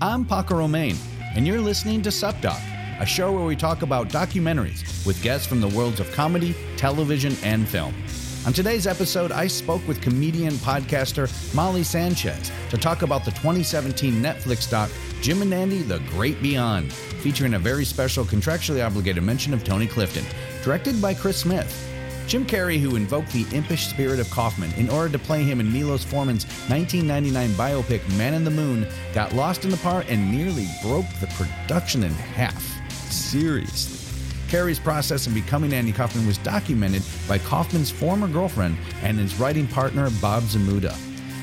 I'm Paco Romaine, and you're listening to SupDoc, a show where we talk about documentaries with guests from the worlds of comedy, television, and film. On today's episode, I spoke with comedian podcaster Molly Sanchez to talk about the 2017 Netflix doc Jim and Andy The Great Beyond, featuring a very special contractually obligated mention of Tony Clifton, directed by Chris Smith. Jim Carrey, who invoked the impish spirit of Kaufman in order to play him in Milos Forman's 1999 biopic Man in the Moon, got lost in the part and nearly broke the production in half. Seriously. Carrey's process in becoming Andy Kaufman was documented by Kaufman's former girlfriend and his writing partner, Bob Zamuda.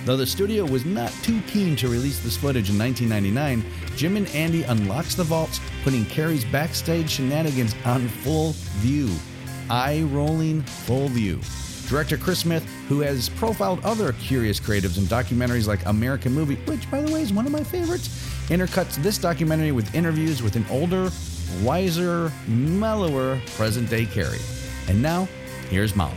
Though the studio was not too keen to release this footage in 1999, Jim and Andy unlocks the vaults, putting Carrey's backstage shenanigans on full view. Eye rolling full view. Director Chris Smith, who has profiled other curious creatives in documentaries like American Movie, which, by the way, is one of my favorites, intercuts this documentary with interviews with an older, wiser, mellower present day Carrie. And now, here's Molly.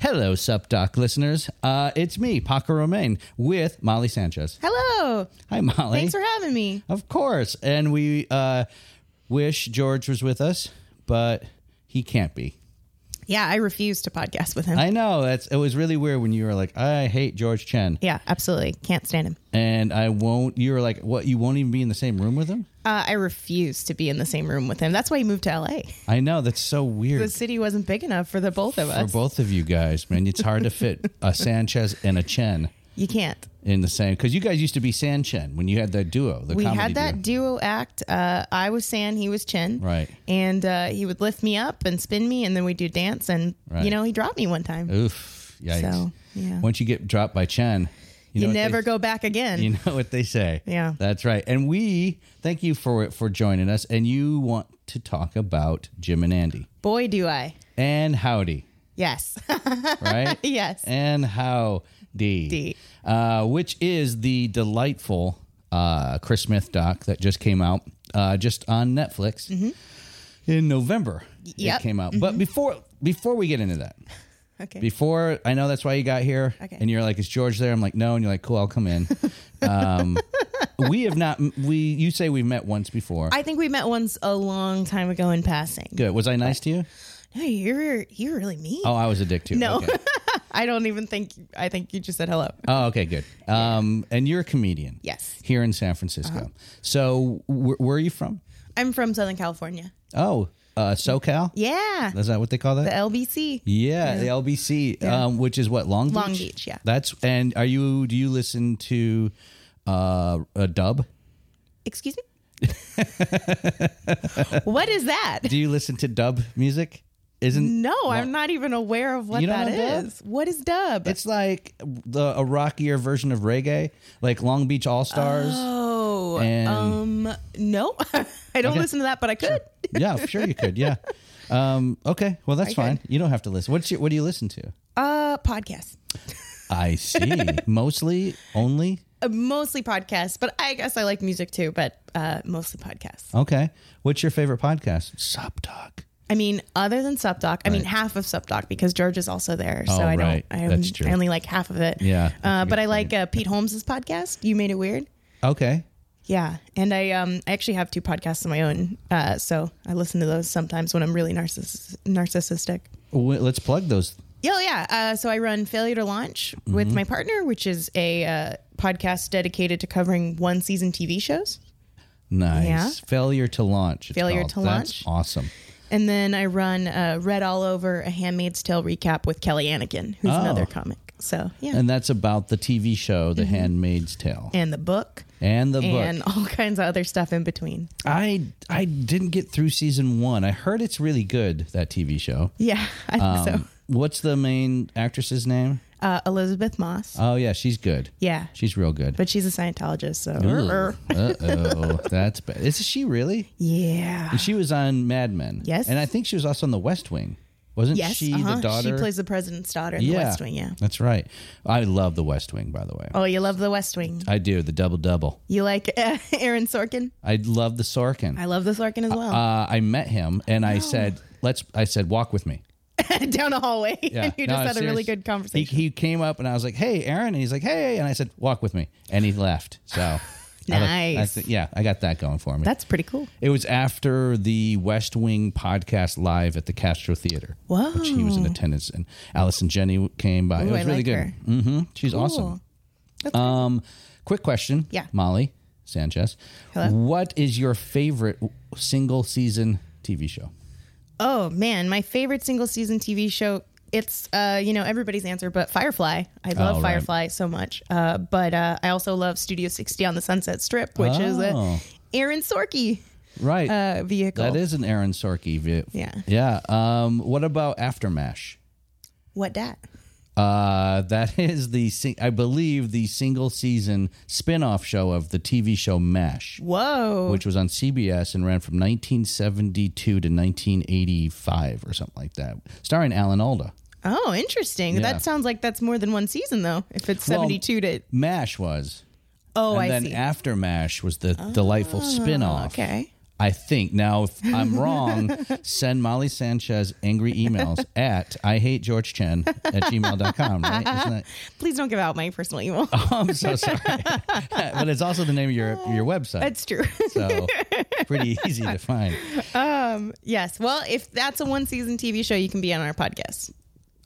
Hello, SupDoc listeners. Uh, it's me, Paco Romaine, with Molly Sanchez. Hello. Hi, Molly. Thanks for having me. Of course. And we uh, wish George was with us, but he can't be. Yeah, I refuse to podcast with him. I know that's it was really weird when you were like, I hate George Chen, yeah, absolutely. Can't stand him. and I won't. You were like, what? You won't even be in the same room with him. Uh, I refuse to be in the same room with him. That's why he moved to LA. I know that's so The weird city wasn't big enough for the both of for us. both of you guys, man. It's hard to fit a Sanchez and a Chen You can't. in the same because you guys used to be San Chen when you had that duo. The We comedy had that duo. duo act. Uh, I was San, he was Chin. Right. And uh, he would lift me up and spin me, and then we'd do dance. And, Right. you know, he dropped me one time. Oof! Yikes. So, yeah. Once you get dropped by Chen, you, you know what they never go back again. You know what they say. Yeah. That's right. And we thank you for for joining us. And you want to talk about Jim and Andy Boy, do I. and Howdy, Yes. right? yes. And Howdy, D. Uh, which is the delightful uh, Chris Smith doc that just came out uh, just on Netflix in November. Mm-hmm. yep. Mm-hmm. It came out. But before before we get into that, Okay. before I know that's why you got here. Okay. And you're like, is George there? I'm like, no. And you're like, cool, I'll come in. um, we have not. We you say we've met once before. I think we met once a long time ago in passing. Good. Was I nice to you? No, you're you're really mean. Oh, I was a dick too. No. Okay. I don't even think I think you just said hello. Oh, okay, good. Um, and you're a comedian. Yes. Uh-huh. Here in San Francisco. So, wh- where are you from? I'm from Southern California. Oh, uh, SoCal. Yeah. Is that what they call that? The LBC. yeah, the LBC, Um, which is what Long Beach. Long Beach, yeah. That's and are you? Do you listen to uh, a dub? Excuse me? what is that? Do you listen to dub music? Isn't No, I'm not even aware of what You don't that know dub? is. What is dub? it's like the a rockier version of reggae, like Long Beach All Stars? oh, and- um no. I don't listen to that, but I could. yeah, sure you could. Yeah. Um, okay, well that's fine. You don't have to listen. What's your, what do you listen to? Uh podcasts. I see. Mostly, only. Uh, mostly podcasts, but I guess I like music too, but uh mostly podcasts. Okay. What's your favorite podcast? Sub Talk. I mean, other than SubDoc, I mean half of SubDoc because George is also there. So Oh, I don't. right. I, That's true. I only like half of it. Yeah, that's Uh, a but good I like uh, Pete Holmes's podcast. You made it weird. Okay. Yeah, and I um I actually have two podcasts of my own. Uh, so I listen to those sometimes when I'm really narciss- narcissistic. W let's plug those. Oh yeah. Uh, so I run Failure to Launch with Mm-hmm. my partner, which is a uh, podcast dedicated to covering one season TV shows. Nice. Yeah. Failure to launch. it's Failure called. to That's launch. Awesome. And then I run uh, Red All Over, a Handmaid's Tale recap with Kelly Anakin, who's Oh. another comic. So yeah, and, And that's about the TV show The Handmaid's Tale the book and the and book. all kinds of other stuff in between. I I didn't get through season 1. I heard it's really good that TV show. Yeah, I think so. Um, What's the main actress's name? Uh, Elizabeth Moss. Oh yeah, she's good. yeah, She's real good. but she's a Scientologist, so Uh oh, that's bad. Is she really? yeah. And she was on Mad Men. Yes. And I think she was also on The West Wing. Wasn't Yes, she uh-huh. the daughter? She plays the president's daughter in yeah. the West Wing. Yeah. That's right. I love The West Wing, by the way. Oh, you love the West Wing. I do. The double double. You like uh, Aaron Sorkin? I love the Sorkin. I love the Sorkin as well. uh, I met him and I said, let's, I said, walk with me. Down a hallway, Yeah. and you No, just I'm had a really serious. good conversation. He, he came up and I was like, hey, Aaron. And he's like, hey. And I said, walk with me. And he left. So I like- I Nice. think- yeah, I got that going for me. That's pretty cool. It was after the West Wing podcast live at the Castro Theater, Wow. which he was in attendance, and Allison Jenny came by. it Ooh, was I really like good. her. Mm-hmm. She's awesome. Um, quick question, Yeah. Molly Sanchez, Hello. what is your favorite single season TV show? Oh man, my favorite single season TV show. It's uh, you know everybody's answer, but Firefly. I love Oh, right. Firefly so much. Uh, but uh, I also love Studio 60 on the Sunset Strip, which is Oh. a Aaron Sorky Right, uh, vehicle. that is an Aaron Sorky. vi- Yeah. yeah. Um, what about Aftermash? what that? Uh, that is the sing- I believe the single season spin-off show of the TV show MASH. Whoa! which was on CBS and ran from 1972 to 1985 or something like that, starring Alan Alda. oh, interesting. Yeah. That sounds like that's more than one season though. If it's Well, 72 to MASH was. oh, and I then see. Ah, after MASH was the delightful spin-off. okay. I think. Now, if I'm wrong, send Molly Sanchez angry emails at I hate George Chen at gmail.com, right? Isn't that, Please don't give out my personal email. I'm so sorry. but it's also the name of your, your website. That's true. so pretty easy to find. yes. Well, if that's a one season TV show, you can be on our podcast.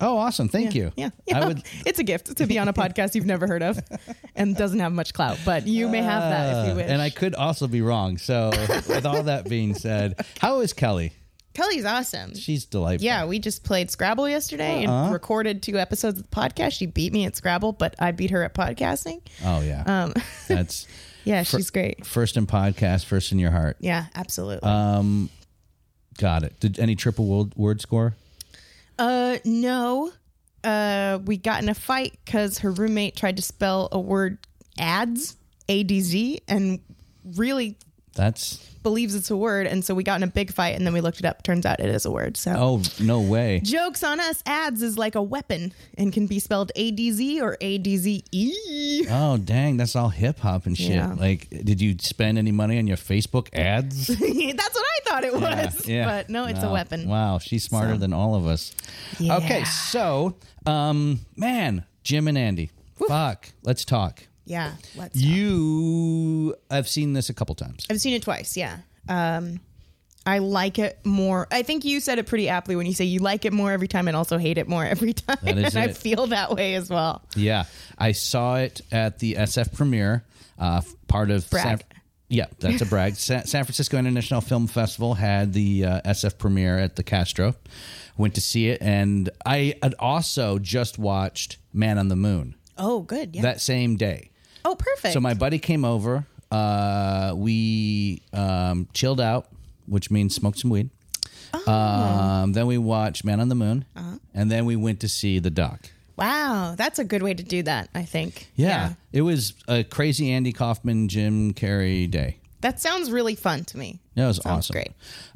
Oh, awesome. Thank you. Yeah. yeah. I would it's a gift to be on a podcast you've never heard of and doesn't have much clout, but you may have that if you wish. Uh, And I could also be wrong. So, with all that being said, how is Kelly? Kelly's awesome. She's delightful. yeah, we just played Scrabble yesterday Uh-huh. and recorded two episodes of the podcast. She beat me at Scrabble, but I beat her at podcasting. Oh yeah. Um, That's yeah, she's great. first in podcast, first in your heart. Yeah, absolutely. Uh, Got it. Did any triple word, word score? Uh, no. Uh, we got in a fight because her roommate tried to spell a word ads, A D Z, and really That's believes it's a word. And so we got in a big fight and then we looked it up. Turns out it is a word. So. oh no way. Jokes on us ads is like a weapon and can be spelled A D Z or A D Z E. Oh dang, that's all hip hop and shit. Yeah. Like, did you spend any money on your Facebook ads? That's what I thought it was. But no, it's a weapon. Wow, she's smarter than all of us. Okay, Yeah. so um, man, Jim and Andy, fuck, let's talk. Yeah. Let's You, I've seen this a couple times. I've seen it twice. Yeah. Um, I like it more. I think you said it pretty aptly when you say you like it more every time and also hate it more every time. That is and I it. feel that way as well. Yeah, I saw it at the SF premiere, uh, f- part of Brag. yeah, that's a brag. Sa- San Francisco International Film Festival had the uh, SF premiere at the Castro. Went to see it, and I had also just watched Man on the Moon Oh, good. Yeah. that same day. oh, perfect. So my buddy came over. Uh, we um, chilled out, which means smoked some weed. Um, then we watched Man on the Moon, and then we went to see the doc. wow. That's a good way to do that, I think. Yeah. It was a crazy Andy Kaufman, Jim Carrey day. That sounds really fun to me. That was Sounds awesome. great.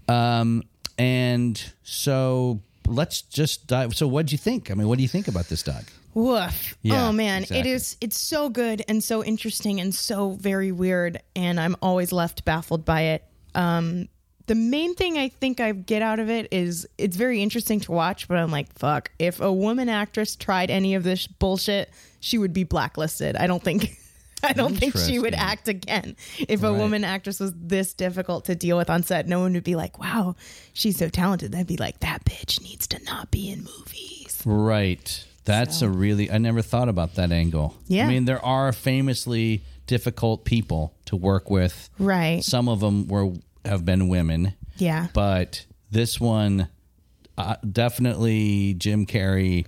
Um, and so let's just dive. So, what'd you think? I mean, what do you think about this dog? Woof. Yeah, oh man, it exactly. is it's so good and so interesting and so very weird and I'm always left baffled by it. Um the main thing I think I get out of it is it's very interesting to watch, but I'm like, fuck, if a woman actress tried any of this bullshit, she would be blacklisted. I don't think I don't think she would Interesting. act again. If a woman actress was this difficult to deal with on set, no one would be like, "Wow, she's so talented." They'd be like, "That bitch needs to not be in movies." Right. That's a really, I never thought about that angle. Yeah. I mean, there are famously difficult people to work with. Right. Some of them were, have been women. Yeah. But this one, uh, definitely Jim Carrey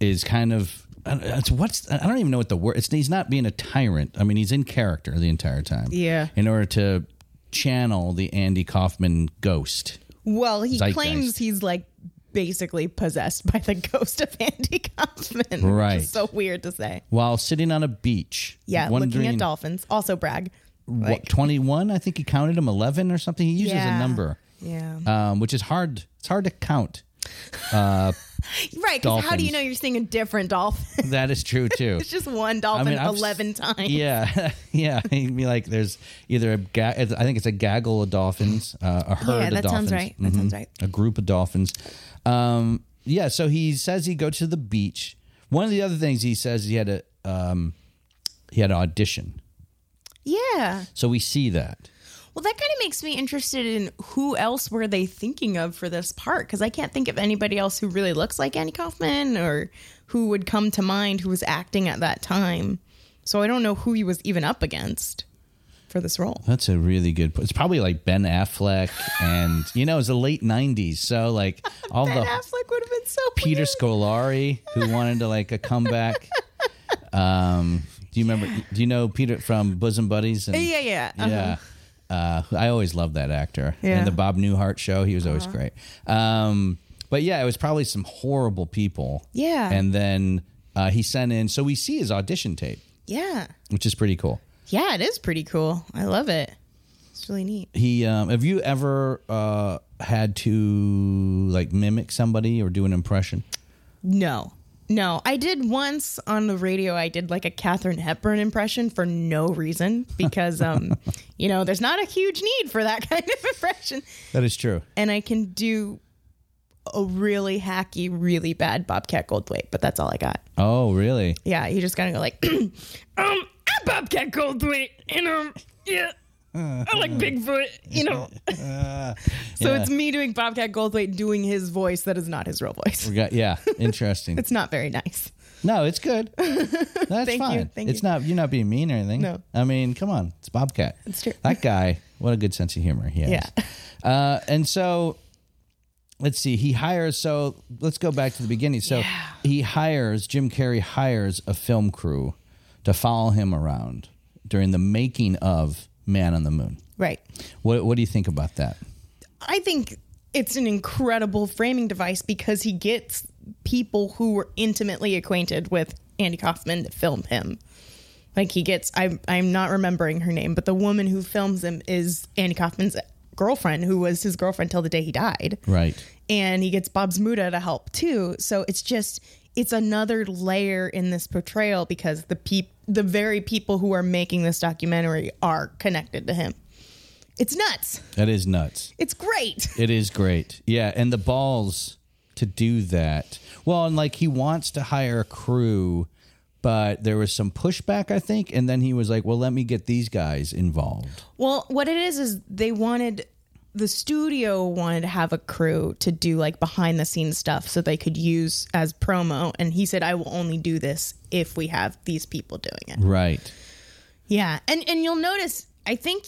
is kind of I don't- it's what's I don't even know what the word. It's he's not being a tyrant. I mean, he's in character the entire time. Yeah. In order to channel the Andy Kaufman ghost. Well, he Zeitgeist. claims he's like basically possessed by the ghost of Andy Kaufman. Which Right. is so weird to say. While sitting on a beach, Yeah, looking wondering at dolphins. Also brag. what twenty one. I think he counted him eleven or something. He uses Yeah. a number, Yeah. um, which is hard. It's hard to count. right, because how do you dolphins. know you're seeing a different dolphin? That is true too. it's just one dolphin I've s- 11 times. Yeah, yeah. He'd be like, "There's either a ga- I think it's a gaggle of dolphins, uh, a herd Yeah, of dolphins, that Mm-hmm. sounds right. That sounds right. a group of dolphins." Um, yeah. So he says he go to the beach. One of the other things he says he had a um, he had an audition. Yeah. So we see that. Well, that kind of makes me interested in who else were they thinking of for this part because I can't think of anybody else who really looks like Andy Kaufman or who would come to mind who was acting at that time. So I don't know who he was even up against for this role. That's a really good. po- It's probably like Ben Affleck, and you know, it's the late '90s, so like all Ben the Affleck would have been so Oh. Peter weird. Scolari, who wanted to like a comeback. Um, do you remember? Do you know Peter from Bosom Buddies? And, Yeah, yeah, uh-huh. yeah. Uh, I always loved that actor. Yeah. Uh-huh. And the Bob Newhart show, he was always great. Um, but yeah, it was probably some horrible people. Yeah. And then uh, he sent in, so we see his audition tape, Yeah, which is pretty cool. yeah, it is pretty cool. I love it. It's really neat. He, um, have you ever uh, had to like mimic somebody or do an impression? No. No, I did once on the radio. I did like a Katherine Hepburn impression for no reason because, um, you know, there's not a huge need for that kind of impression. That is true. And I can do a really hacky, really bad Bobcat Goldthwait, but that's all I got. Oh, really? Yeah, you just gotta go like, um, I'm Bobcat Goldthwait, and um, yeah, I like Bigfoot, you know. Uh, so it's me doing Bobcat Goldthwait doing his voice that is not his real voice. We got- Yeah, interesting. It's not very nice. No, it's good. That's you, fine. thank it's you. not you're not being mean or anything. No. I mean, come on, it's Bobcat. It's true. That guy, what a good sense of humor he has. Yeah. Uh, and so let's see, he hires so let's go back to the beginning. So he hires Jim Carrey hires a film crew to follow him around during the making of Man on the Moon. Right. What what do you think about that? I think it's an incredible framing device because he gets people who were intimately acquainted with Andy Kaufman to film him. Like he gets, I'm I'm not remembering her name, but the woman who films him is Andy Kaufman's girlfriend, who was his girlfriend till the day he died. Right. And he gets Bob Smuda to help too. So it's just it's another layer in this portrayal because the peop the very people who are making this documentary are connected to him. It's nuts. That is nuts. It's great. It is great. Yeah, and the balls to do that. Well, and like he wants to hire a crew, but there was some pushback, I think, and then he was like, "Well, let me get these guys involved." Well, what it is is they wanted the studio wanted to have a crew to do like behind the scenes stuff so they could use as promo and he said I will only do this if we have these people doing it. Right. Yeah. And and you'll notice I think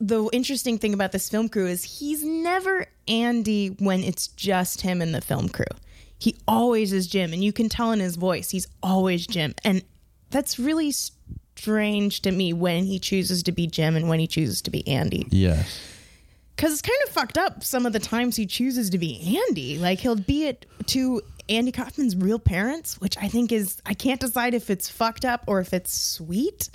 the interesting thing about this film crew is he's never Andy when it's just him and the film crew. He always is Jim and you can tell in his voice he's always Jim and that's really strange to me when he chooses to be Jim and when he chooses to be Andy Yes. because it's kind of fucked up some of the times he chooses to be Andy. Like he'll be it to Andy Kaufman's real parents, which I think is I can't decide if it's fucked up or if it's sweet.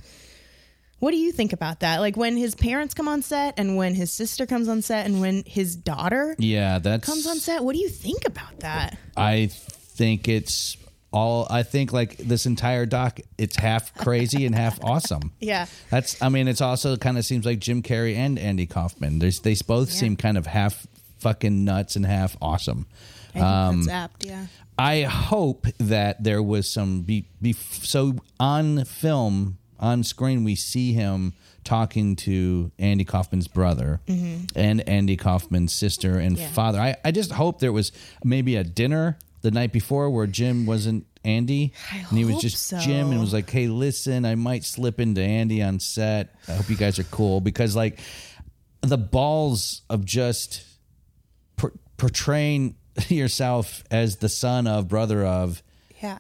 What do you think about that? Like when his parents come on set and when his sister comes on set and when his daughter Yeah, that's comes on set, what do you think about that? I think it's all I think like this entire doc it's half crazy and half awesome. Yeah. That's I mean it's also kind of seems like Jim Carrey and Andy Kaufman. There's they both seem kind of half fucking nuts and half awesome. I think that's apt, yeah. I hope that there was some be, be so on film on screen we see him talking to Andy Kaufman's brother Mm-hmm. and Andy Kaufman's sister and father. I, I just hope there was maybe a dinner the night before where Jim wasn't Andy and he was hope just so. Jim and was like, "Hey, listen, I might slip into Andy on set. I hope you guys are cool because like the balls of just por- portraying yourself as the son of, brother of, Yeah.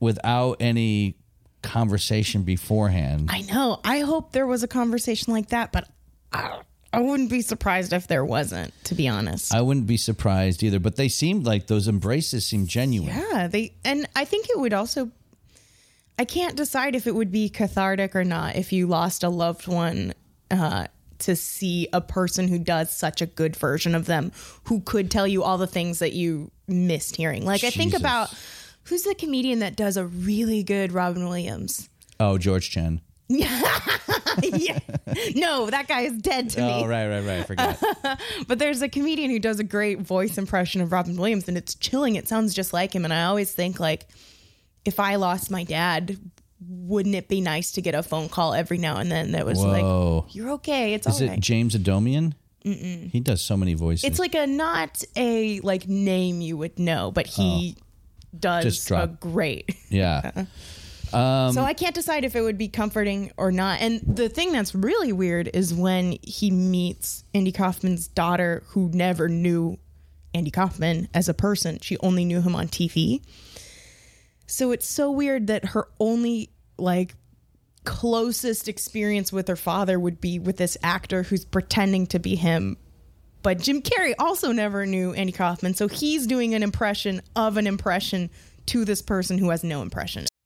without any conversation beforehand. I know. I hope there was a conversation like that, but I, I wouldn't be surprised if there wasn't, to be honest. I wouldn't be surprised either, but they seemed like those embraces seemed genuine. yeah, they and I think it would also I can't decide if it would be cathartic or not if you lost a loved one uh to see a person who does such a good version of them who could tell you all the things that you missed hearing. Like I think Jesus. about who's the comedian that does a really good Robin Williams? Oh, George Chen. yeah. No, that guy is dead to me. Oh, right, right, right. I forgot. But there's a comedian who does a great voice impression of Robin Williams, and it's chilling. It sounds just like him. And I always think like, if I lost my dad, wouldn't it be nice to get a phone call every now and then that was Whoa. like, "You're okay. It's Is all it right." James Adomian? Mm-mm. He does so many voices. It's like a not a like name you would know, but he Oh. Just does drop. a great. yeah. uh-uh. so I can't decide if it would be comforting or not. And the thing that's really weird is when he meets Andy Kaufman's daughter, who never knew Andy Kaufman as a person. She only knew him on TV. So it's so weird that her only like closest experience with her father would be with this actor who's pretending to be him. But Jim Carrey also never knew Andy Kaufman, so he's doing an impression of an impression to this person who has no impression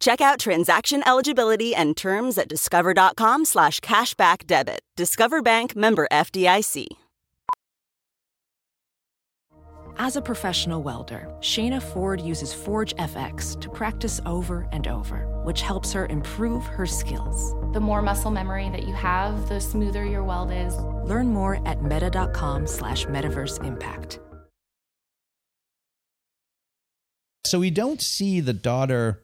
Check out transaction eligibility and terms at discover.com slash cashback debit. Discover Bank member FDIC. As a professional welder, Shayna Ford uses Forge FX to practice over and over, which helps her improve her skills. The more muscle memory that you have, the smoother your weld is. Learn more at meta.com slash metaverse impact. So we don't see the daughter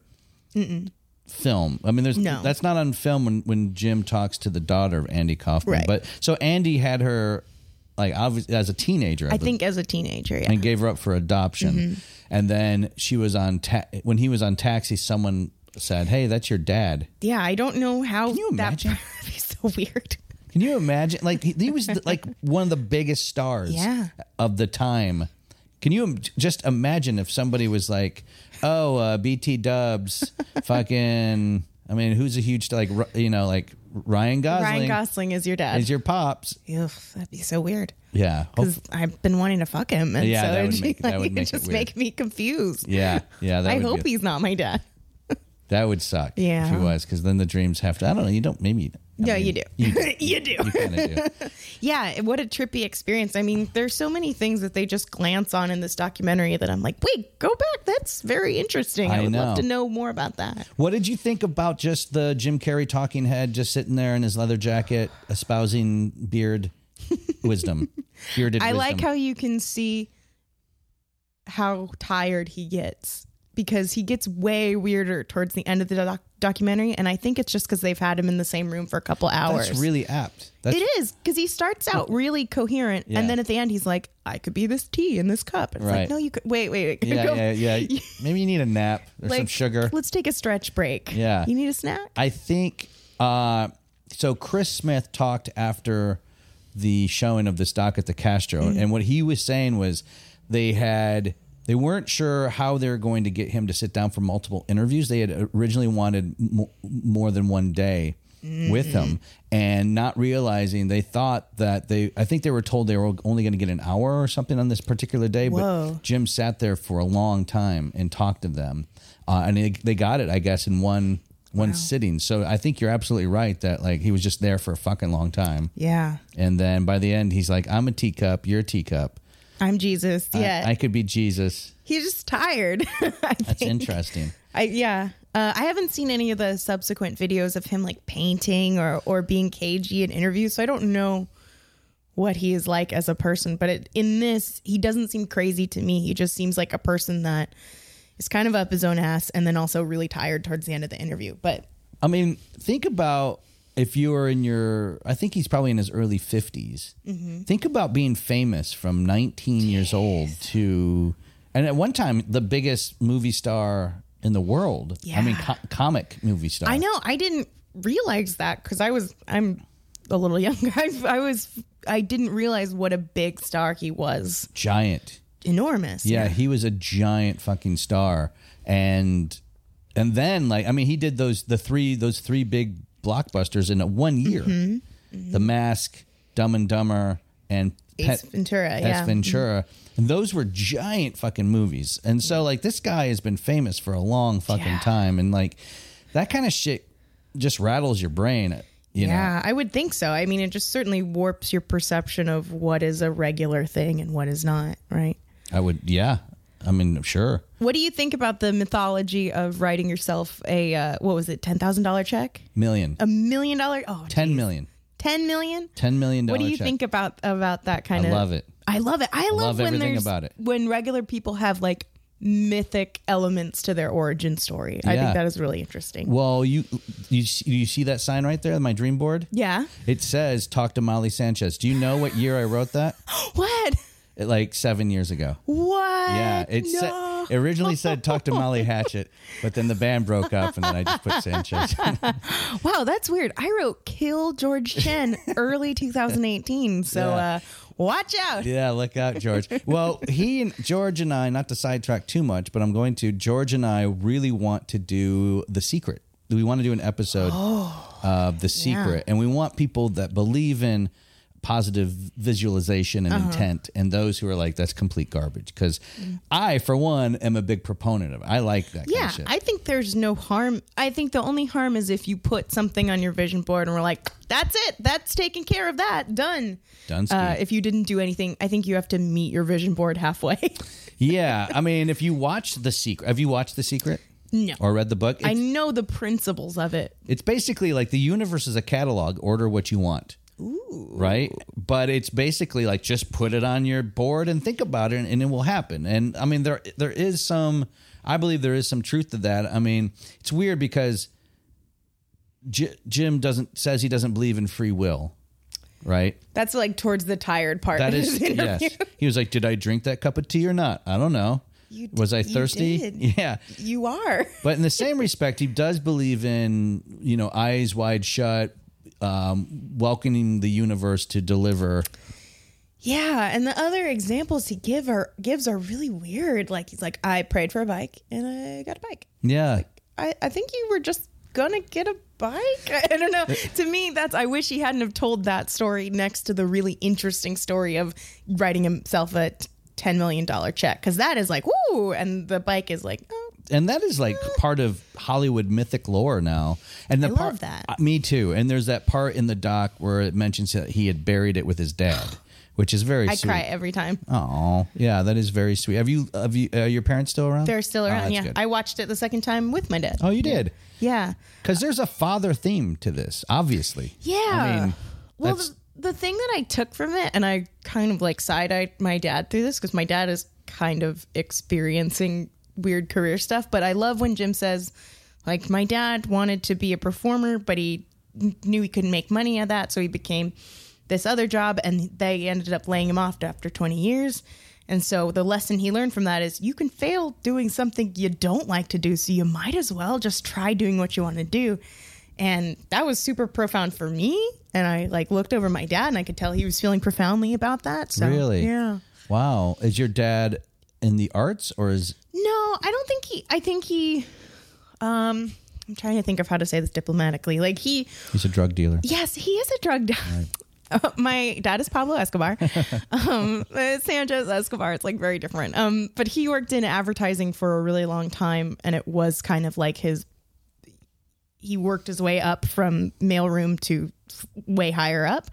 film. I mean, there's No. that's not on film when, when Jim talks to the daughter of Andy Kaufman. Right. But so Andy had her like obviously as a teenager, I, I believe, think as a teenager, yeah. Mm-hmm. and gave her up for adoption. And then she was on ta- when he was on taxi. Someone said, "Hey, that's your dad." yeah, I don't know how Can you that imagine? would be so weird. Can you imagine? Like he, he was the- like one of the biggest stars Yeah. of the time. Can you im- just imagine if somebody was like, "Oh, uh, BT Dubs, fucking." I mean, who's a huge like Ru- you know like Ryan Gosling? Ryan Gosling is your dad. is your pops? Ugh, that'd be so weird. Yeah, hope- Because I've been wanting to fuck him, and Yeah, so that it'd would make- be, that like, would it'd make it just weird. make me confused. yeah, yeah. That I would hope be, he's not my dad. that would suck. if Yeah. he was because then the dreams have to. I don't know. You don't maybe. I No, mean, you do. You, you do. you kind of do. Yeah, what a trippy experience. I mean, there's so many things that they just glance on in this documentary that I'm like, wait, go back. That's very interesting. I, I would love know. to know more about that. What did you think about just the Jim Carrey talking head just sitting there in his leather jacket, espousing beard wisdom? Bearded I wisdom. like how you can see how tired he gets because he gets way weirder towards the end of the doc- documentary, and I think it's just because they've had him in the same room for a couple hours. that's really apt. That's, it is because he starts out really coherent, Yeah. and then at the end he's like, "I could be this tea in this cup." And it's Right. like, "No, you could wait, wait, wait, go- Yeah, yeah, yeah. Maybe you need a nap or some like, sugar. Let's take a stretch break. Yeah. you need a snack. I think uh, so. Chris Smith talked after the showing of this doc at the Castro, and what he was saying was they had they weren't sure how they were going to get him to sit down for multiple interviews. They had originally wanted mo- more than one day with him, and not realizing they thought that they. I think they were told they were only going to get an hour or something on this particular day, but Jim sat there for a long time and talked to them, uh, and they, they got it, I guess, in one one sitting. So I think you're absolutely right that like he was just there for a fucking long time. yeah, And then by the end, he's like, I'm a teacup, you're a teacup. I'm Jesus. I- yeah, I, could be Jesus. he's just tired. I That's think. interesting. I yeah. Uh, I haven't seen any of the subsequent videos of him like painting or or being cagey in interviews, so I don't know what he is like as a person. But it, in this, he doesn't seem crazy to me. He just seems like a person that is kind of up his own ass and then also really tired towards the end of the interview. But I mean, think about if you are in your, I think he's probably in his early 50s. Mm-hmm. Think about being famous from 19 years old to, and at one time, the biggest movie star in the world. I mean, co- comic movie star. I know. I didn't realize that because I was I'm a little younger. I, I was I didn't realize what a big star he was. Giant. Enormous. Yeah, he was a giant fucking star, and and then like I mean, he did those the three those three big blockbusters in one year: Mm-hmm. The Mask, Dumb and Dumber, and Ace Ventura, Ace yeah. Ventura. And those were giant fucking movies, and so like this guy has been famous for a long fucking time, and like that kind of shit just rattles your brain. You know, Yeah, I would think so. I mean, it just certainly warps your perception of what is a regular thing and what is not, right? I would. Yeah, I mean, sure. What do you think about the mythology of writing yourself a uh, what was it, ten thousand dollar check, Million. a million dollar? Oh, Ten million. ten million. Ten million What dollar do you check. think about about that kind I of? love it. I love it. I love, love when everything there's about it. when regular people have like mythic elements to their origin story. I Yeah. think that is really interesting. Well, you you s- you see that sign right there, my dream board? yeah. It says talk to Molly Sanchez. Do you know what year I wrote that? What? It, like 7 years ago. What? Yeah, uh, it sa- No. it originally said talk to Molly Hatchet, but then the band broke up and then I just put Sanchez. Wow, that's weird. I wrote "Kill George Chen" early 2018, so uh, watch out. yeah, look out George. Well, he and George and I, not to sidetrack too much, but I'm going to George and I really want to do The Secret. We want to do an episode of The Secret. And we want people that believe in positive visualization Uh-huh. and intent and those who are like, that's complete garbage. Because I, for one, am a big proponent of it. I like that kind Mm. Yeah, of shit. I think there's no harm. I think the only harm is if you put something on your vision board and we're like, "That's it. That's taken care of. That done." Dunsky. Uh, if you didn't do anything, I think you have to meet your vision board halfway. yeah. I mean, if you watch The Secret, have you watched The Secret? No. Or read the book? I It's- know the principles of it. It's basically like the universe is a catalog. Order what you want. Ooh. Right? But it's basically like just put it on your board and think about it and, and it will happen. And I mean there there is some I believe there is some truth to that. I mean, it's weird because J- Jim doesn't says he doesn't believe in free will. Right? That's like towards the tired part. That of is this interview. yes. He was like, "Did I drink that cup of tea or not? I don't know. was I you thirsty? did. Yeah. You are. But in the same respect, he does believe in you know eyes wide shut, um, welcoming the universe to deliver. Yeah, and the other examples he give are gives are really weird. Like he's like, I prayed for a bike and I got a bike. Yeah, I, I think you were just gonna get a bike. I, don't Uh, know. to me, that's I wish he hadn't have told that story next to the really interesting story of writing himself a t- ten million dollar check because that is like woo, and the bike is like oh, and that is like part of Hollywood mythic lore now. And the I love part, that. uh, me too. And there's that part in the doc where it mentions that he had buried it with his dad, which is very I sweet. cry every time. Oh, yeah, that is very sweet. Have you? Have you? Are your parents still around? They're still around. Oh, that's yeah, good. I watched it the second time with my dad. Oh, you did. Yeah. Because there's a father theme to this, obviously. Yeah. mean, well, that's- the, the thing that I took from it, and I kind of like side eyed my dad through this because my dad is kind of experiencing weird career stuff. But I love when Jim says, like, my dad wanted to be a performer, but he kn- knew he couldn't make money at that. So he became this other job, and they ended up laying him off after 20 years. And so the lesson he learned from that is you can fail doing something you don't like to do. So you might as well just try doing what you want to do and that was super profound for me and i like looked over my dad and i could tell he was feeling profoundly about that so Really? yeah Wow. Is your dad in the arts or is no i don't think he i think he um i'm trying to think of how to say this diplomatically like he he's a drug dealer? yes he is a drug dad Uh, my dad is Pablo Escobar. um, uh, Sanchez Escobar. It's like very different. Um, but he worked in advertising for a really long time, and it was kind of like his he worked his way up from mailroom to f- way higher up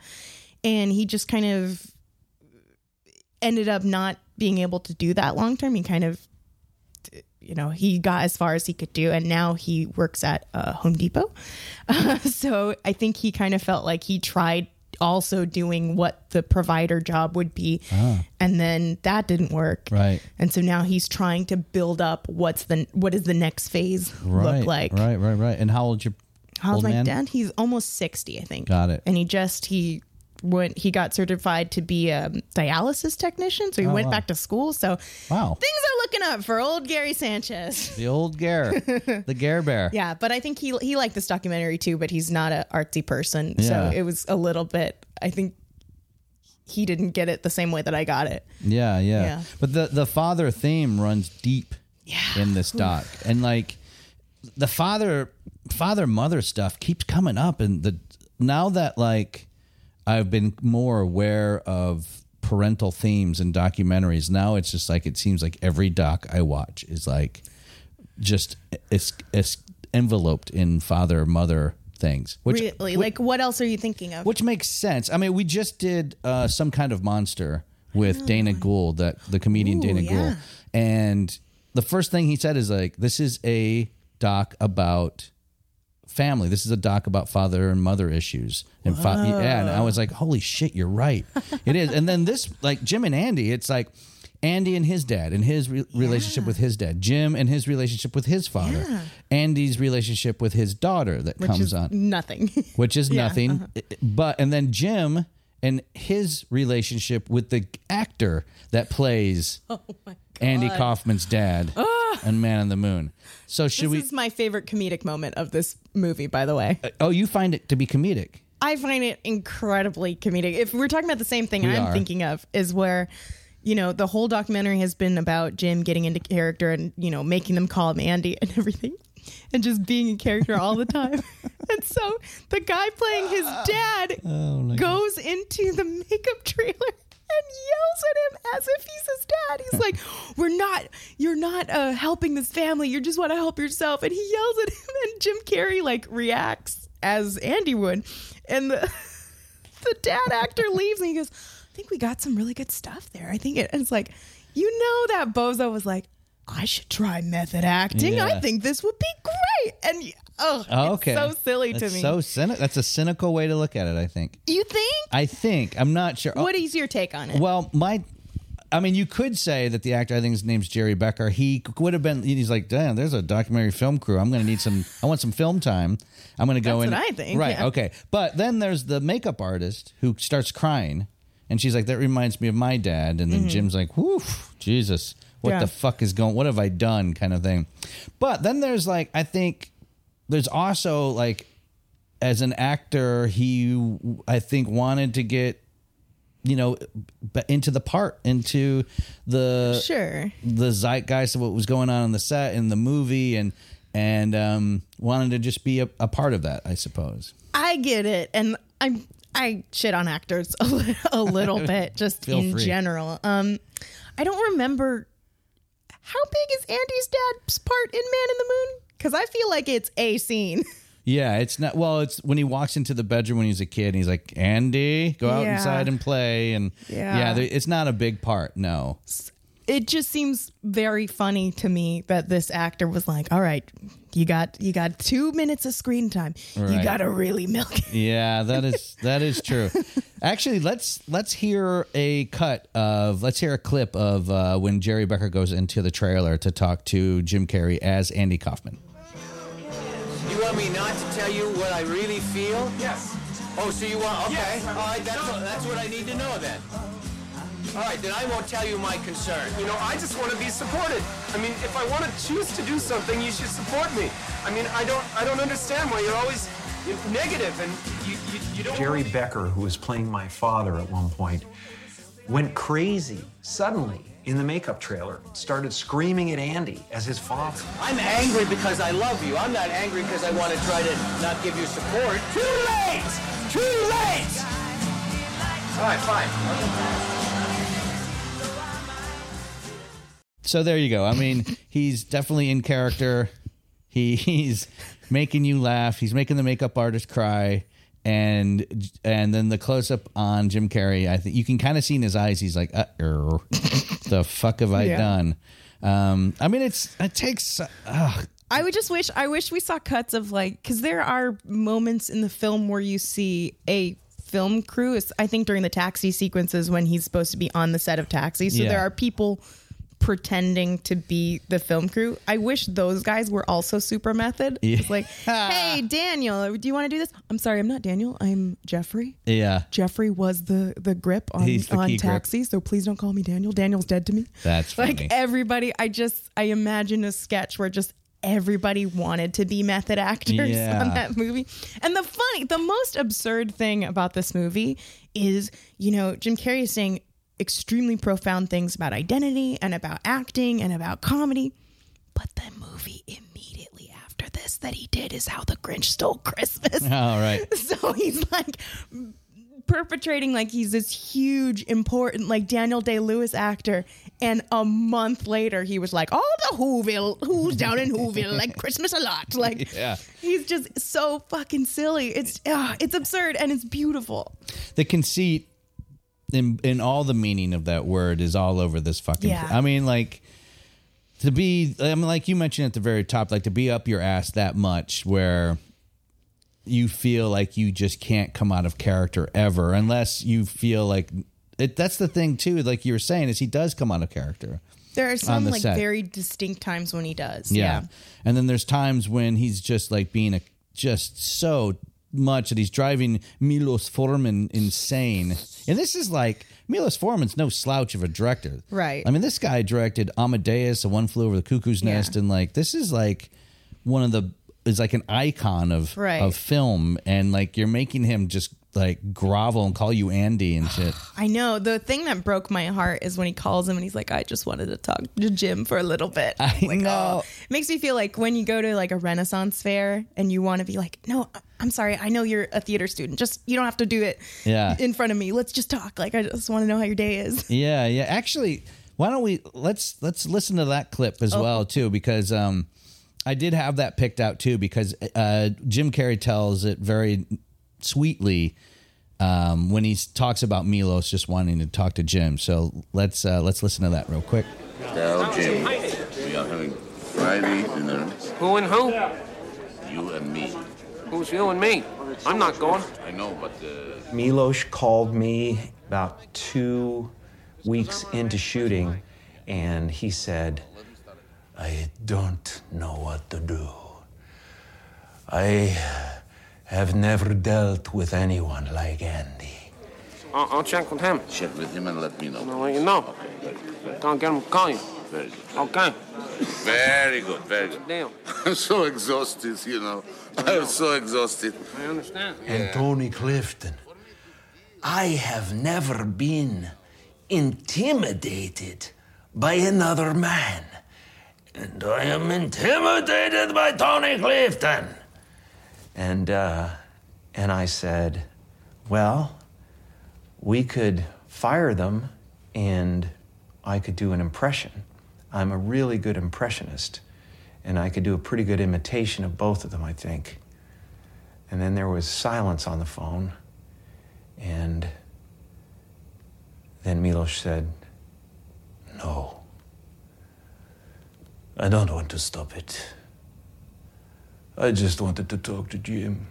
and he just kind of ended up not being able to do that long term he kind of you know he got as far as he could do and now he works at uh, home depot so i think he kind of felt like he tried also doing what the provider job would be and then that didn't work Ah. Right. and so now he's trying to build up what's the what is the next phase Right. look like Right, right, right. And how old your How's Old my man? dad? He's almost sixty, I think. Got it. And he just he went he got certified to be a dialysis technician, so he Oh, went back to school. So Wow. things are looking up for old Gary Sanchez. The old Gare, the Gare Bear. Yeah, but I think he he liked this documentary too, but he's not an artsy person, Yeah. so it was a little bit. I think he didn't get it the same way that I got it. Yeah, yeah. Yeah. But the the father theme runs deep in this doc, and like the father father mother stuff keeps coming up, and the now that like I've been more aware of parental themes and documentaries, now it's just like it seems like every doc I watch is like just it's, it's enveloped in father mother things, which really, like what else are you thinking of? which makes sense. I mean, we just did uh, some kind of monster with Dana Gould, that the comedian Dana Gould, and the first thing he said is like, "This is a doc about family. This is a doc about father and mother issues." And fa- yeah, and I was like, "Holy shit, you're right. It is." And then this, like Jim and Andy, it's like. Andy and his dad and his re- relationship with his dad, Jim and his relationship with his father, Andy's relationship with his daughter that comes on Nothing. which is nothing. uh-huh. But and then Jim and his relationship with the actor that plays Oh Andy Kaufman's dad and Man on the Moon. So should Ah. we? this is my favorite comedic moment of this movie, by the way. oh, you find it to be comedic. I find it incredibly comedic. If we're talking about the same thing I'm are. thinking of is where you know the whole documentary has been about Jim getting into character and you know making them call him Andy and everything and just being in character all the time. and so the guy playing his dad goes into the makeup trailer and yells at him as if he's his dad. He's like, "We're not. You're not uh, helping this family. You just want to help yourself." And he yells at him, and Jim Carrey like reacts as Andy would, and the the dad actor leaves, and he goes, "I think we got some really good stuff there. I think it." And it's like, you know, that bozo was like. I should try method acting. Yeah. I think this would be great. And oh, Oh, okay, it's so silly to That's me. So cynic. That's a cynical way to look at it. I think. you think? I think. I'm not sure. Oh, What is your take on it? Well, my, I mean, you could say that the actor, I think his name's Jerry Becker. He would have been. He's like, damn, there's a documentary film crew. I'm going to need some. I want some film time. I'm going to go in. That's what I think, Right. yeah. Okay. But then there's the makeup artist who starts crying, and she's like, that reminds me of my dad. And then Jim's like, whew, Jesus, what Mm-hmm. Yeah. the fuck is going? What have I done? Kind of thing. But then there's like, I think there's also like as an actor, he I think wanted to get you know b- into the part, into the Sure. the zeitgeist of what was going on on the set in the movie, and and um, wanted to just be a, a part of that, I suppose. I get it. And I'm I shit on actors a, li- a little bit just Feel in free. general. Um I don't remember how big is Andy's dad's part in Man in the Moon? Cuz I feel like it's a scene. Yeah, it's not well. It's when he walks into the bedroom when he's a kid, and he's like, "Andy, go out Yeah. inside and play." And Yeah. yeah, there- it's not a big part. No, It just seems very funny to me that this actor was like, "All right, you got you got 2 minutes of screen time. You Right. got to really milk it." Yeah, that is that is true. Actually, let's let's hear a cut of let's hear a clip of uh, when Jerry Becker goes into the trailer to talk to Jim Carrey as Andy Kaufman. You want me not to tell you what I really feel? Yes. Oh, so you want? Okay. Yes. All right. That's that's what I need to know then. All right. Then I won't tell you my concern. You know, I just want to be supported. I mean, if I want to choose to do something, you should support me. I mean, I don't, I don't understand why you're always you know, negative and you, you, you don't. Jerry Becker, who was playing my father at one point, went crazy suddenly in the makeup trailer, started screaming at Andy as his father. I'm angry because I love you. I'm not angry because I want to try to not give you support. Too late. Too late. All right, fine. So there you go. I mean, he's definitely in character. He he's making you laugh. He's making the makeup artist cry, and and then the close up on Jim Carrey. I think you can kind of see in his eyes. He's like, uh, er, the fuck have I done? Um, I mean, it's it takes. Uh, I would just wish I wish we saw cuts of like because there are moments in the film where you see a film crew. It's, I think during the taxi sequences when he's supposed to be on the set of Taxi, so Yeah. there are people pretending to be the film crew. I wish those guys were also super method. It's like, hey, Daniel, do you want to do this? I'm sorry, I'm not Daniel. I'm Jeffrey. Yeah. Jeffrey was the the grip on He's the key on grip. taxi, so please don't call me Daniel. Daniel's dead to me. That's like eh. funny. everybody. I just I imagine a sketch where just everybody wanted to be method actors Yeah. on that movie. And the funny, the most absurd thing about this movie is you know Jim Carrey is saying extremely profound things about identity and about acting and about comedy. But the movie immediately after this that he did is how the Grinch stole Christmas. All right. So he's like perpetrating like he's this huge, important, like Daniel Day Lewis actor. And a month later, he was like, "Oh, the Whoville, who's down in Whoville, like Christmas a lot." Like, Yeah. he's just so fucking silly. It's ah, it's absurd and it's beautiful. The conceit in in all the meaning of that word is all over this fucking. Yeah. I mean, like to be. I mean, like you mentioned at the very top, like to be up your ass that much, where you feel like you just can't come out of character ever, unless you feel like. It, that's the thing too. Like you were saying, is he does come out of character. There are some the like set. very distinct times when he does. Yeah. And then there's times when he's just like being a just so much that he's driving Milos Forman insane. And this is like Milos Forman's no slouch of a director. Right. I mean, this guy directed Amadeus, A One Flew Over the Cuckoo's Nest, and like this is like one of the is like an icon of Right. of film and like you're making him just like grovel and call you Andy and shit. I know. The thing that broke my heart is when he calls him and he's like, I just wanted to talk to Jim for a little bit. I like, oh, know. It makes me feel like when you go to like a Renaissance fair and you want to be like, no, I- I'm sorry. I know you're a theater student. Just, you don't have to do it Yeah. in front of me. Let's just talk. Like, I just want to know how your day is. Yeah, yeah. Actually, why don't we let's let's listen to that clip as well too because um I did have that picked out too because uh Jim Carrey tells it very sweetly um when he talks about Milos just wanting to talk to Jim. So let's uh let's listen to that real quick. Now, Jim, we are having Friday dinner, Who and who? you and me. Who's you and me? I'm not going. I know, but uh, Milos called me about two weeks into shooting, and he said, I don't know what to do. I have never dealt with anyone like Andy. I'll, I'll check with him. check with him and let me I'll know. let you know. I'll get him to call you. Very good. Okay. Very good, very good. Deal. I'm so exhausted, you know. I'm so exhausted. I understand. and Tony Clifton. I have never been intimidated by another man. And I am intimidated by Tony Clifton. And uh, and I said, well, we could fire them and I could do an impression. I'm a really good impressionist. And I could do a pretty good imitation of both of them, I think. And then there was silence on the phone. And then Milos said, No. I don't want to stop it. I just wanted to talk to Jim.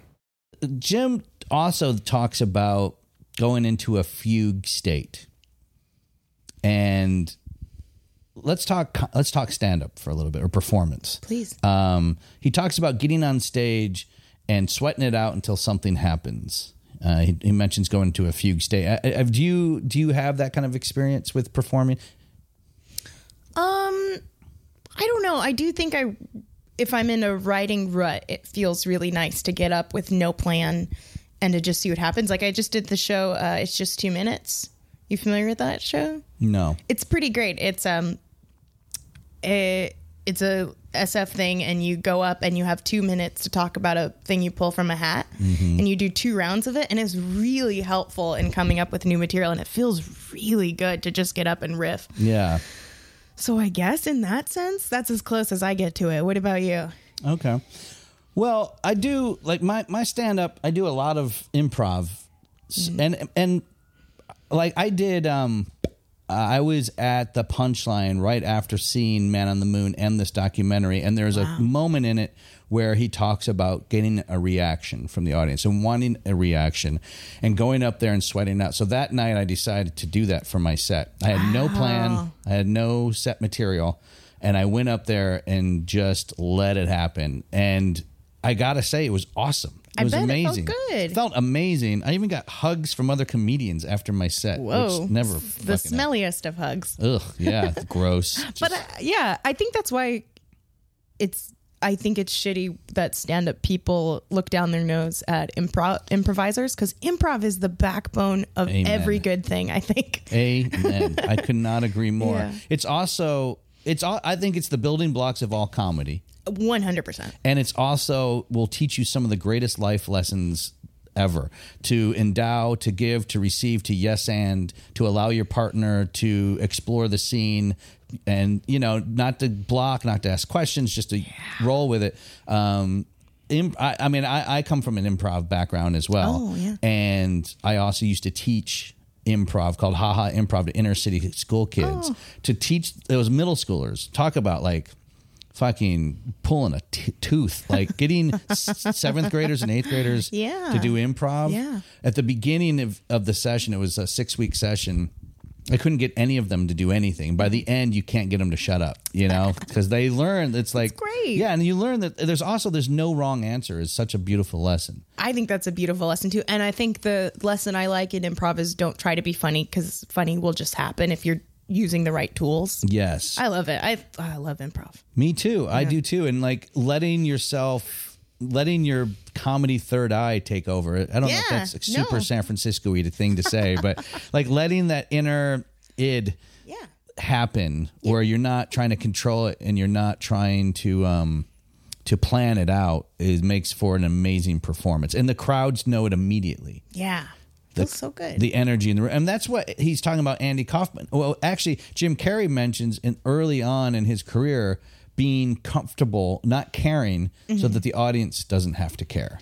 Jim also talks about going into a fugue state. And let's talk let's talk stand up for a little bit or performance. Please. Um, he talks about getting on stage and sweating it out until something happens. Uh, he, he mentions going into a fugue state. I, I, do you do you have that kind of experience with performing? Um, I don't know. I do think I, if I'm in a writing rut, it feels really nice to get up with no plan and to just see what happens. Like I just did the show. Uh, it's just two minutes. You familiar with that show? No. It's pretty great. It's um, it, it's a SF thing, and you go up and you have two minutes to talk about a thing you pull from a hat, and you do two rounds of it, and it's really helpful in coming up with new material, and it feels really good to just get up and riff. Yeah. So I guess in that sense, that's as close as I get to it. What about you? Okay. Well, I do like my my stand up. I do a Mm-hmm. lot of improv, S- and and like I did um I was at the punchline right after seeing Man on the Moon and this documentary, and there's a moment in it where he talks about getting a reaction from the audience and wanting a reaction and going up there and sweating out. So that night, I decided to do that for my set. I had no plan, I had no set material, and I went up there and just let it happen. And I gotta say, it was awesome. It I was bet it felt amazing. good. It felt amazing. I even got hugs from other comedians after my set. Whoa. Which never the fucking smelliest of hugs. Ugh, yeah, gross. But uh, yeah, I think that's why it's. I think it's shitty that stand-up people look down their nose at improv improvisers because improv is the backbone of Amen. every good thing. I think. Amen. I could not agree more. Yeah. It's also it's all, I think it's the building blocks of all comedy. One hundred percent. And it's also will teach you some of the greatest life lessons ever to endow, to give, to receive, to yes and, to allow your partner to explore the scene and, you know, not to block, not to ask questions, just to roll with it. Um, Im- I, I mean, I, I come from an improv background as well. Oh, yeah. And I also used to teach improv called Haha Improv to inner city school kids Oh. to teach those middle schoolers. Talk about like fucking pulling a t- tooth, like getting s- seventh graders and eighth graders Yeah. to do improv. Yeah. At the beginning of, of the session, it was a six week session. I couldn't get any of them to do anything. By the end, you can't get them to shut up, you know, because they learn. It's like great. yeah, and you learn that there's also there's no wrong answer. Is such a beautiful lesson. I think that's a beautiful lesson too. And I think the lesson I like in improv is don't try to be funny because funny will just happen if you're using the right tools. Yes, I love it. I I love improv. Me too. I do too. And like letting yourself, letting your comedy third eye take over. I don't know if Yeah, that's like super no. San Francisco y thing to say, but like letting that inner id happen where you're not trying to control it and you're not trying to, um, to plan it out is makes for an amazing performance, and the crowds know it immediately Yeah. Feels so good. the energy in the room. And that's what he's talking about Andy Kaufman. Well, actually, Jim Carrey mentions in early on in his career being comfortable, not caring, so that the audience doesn't have to care.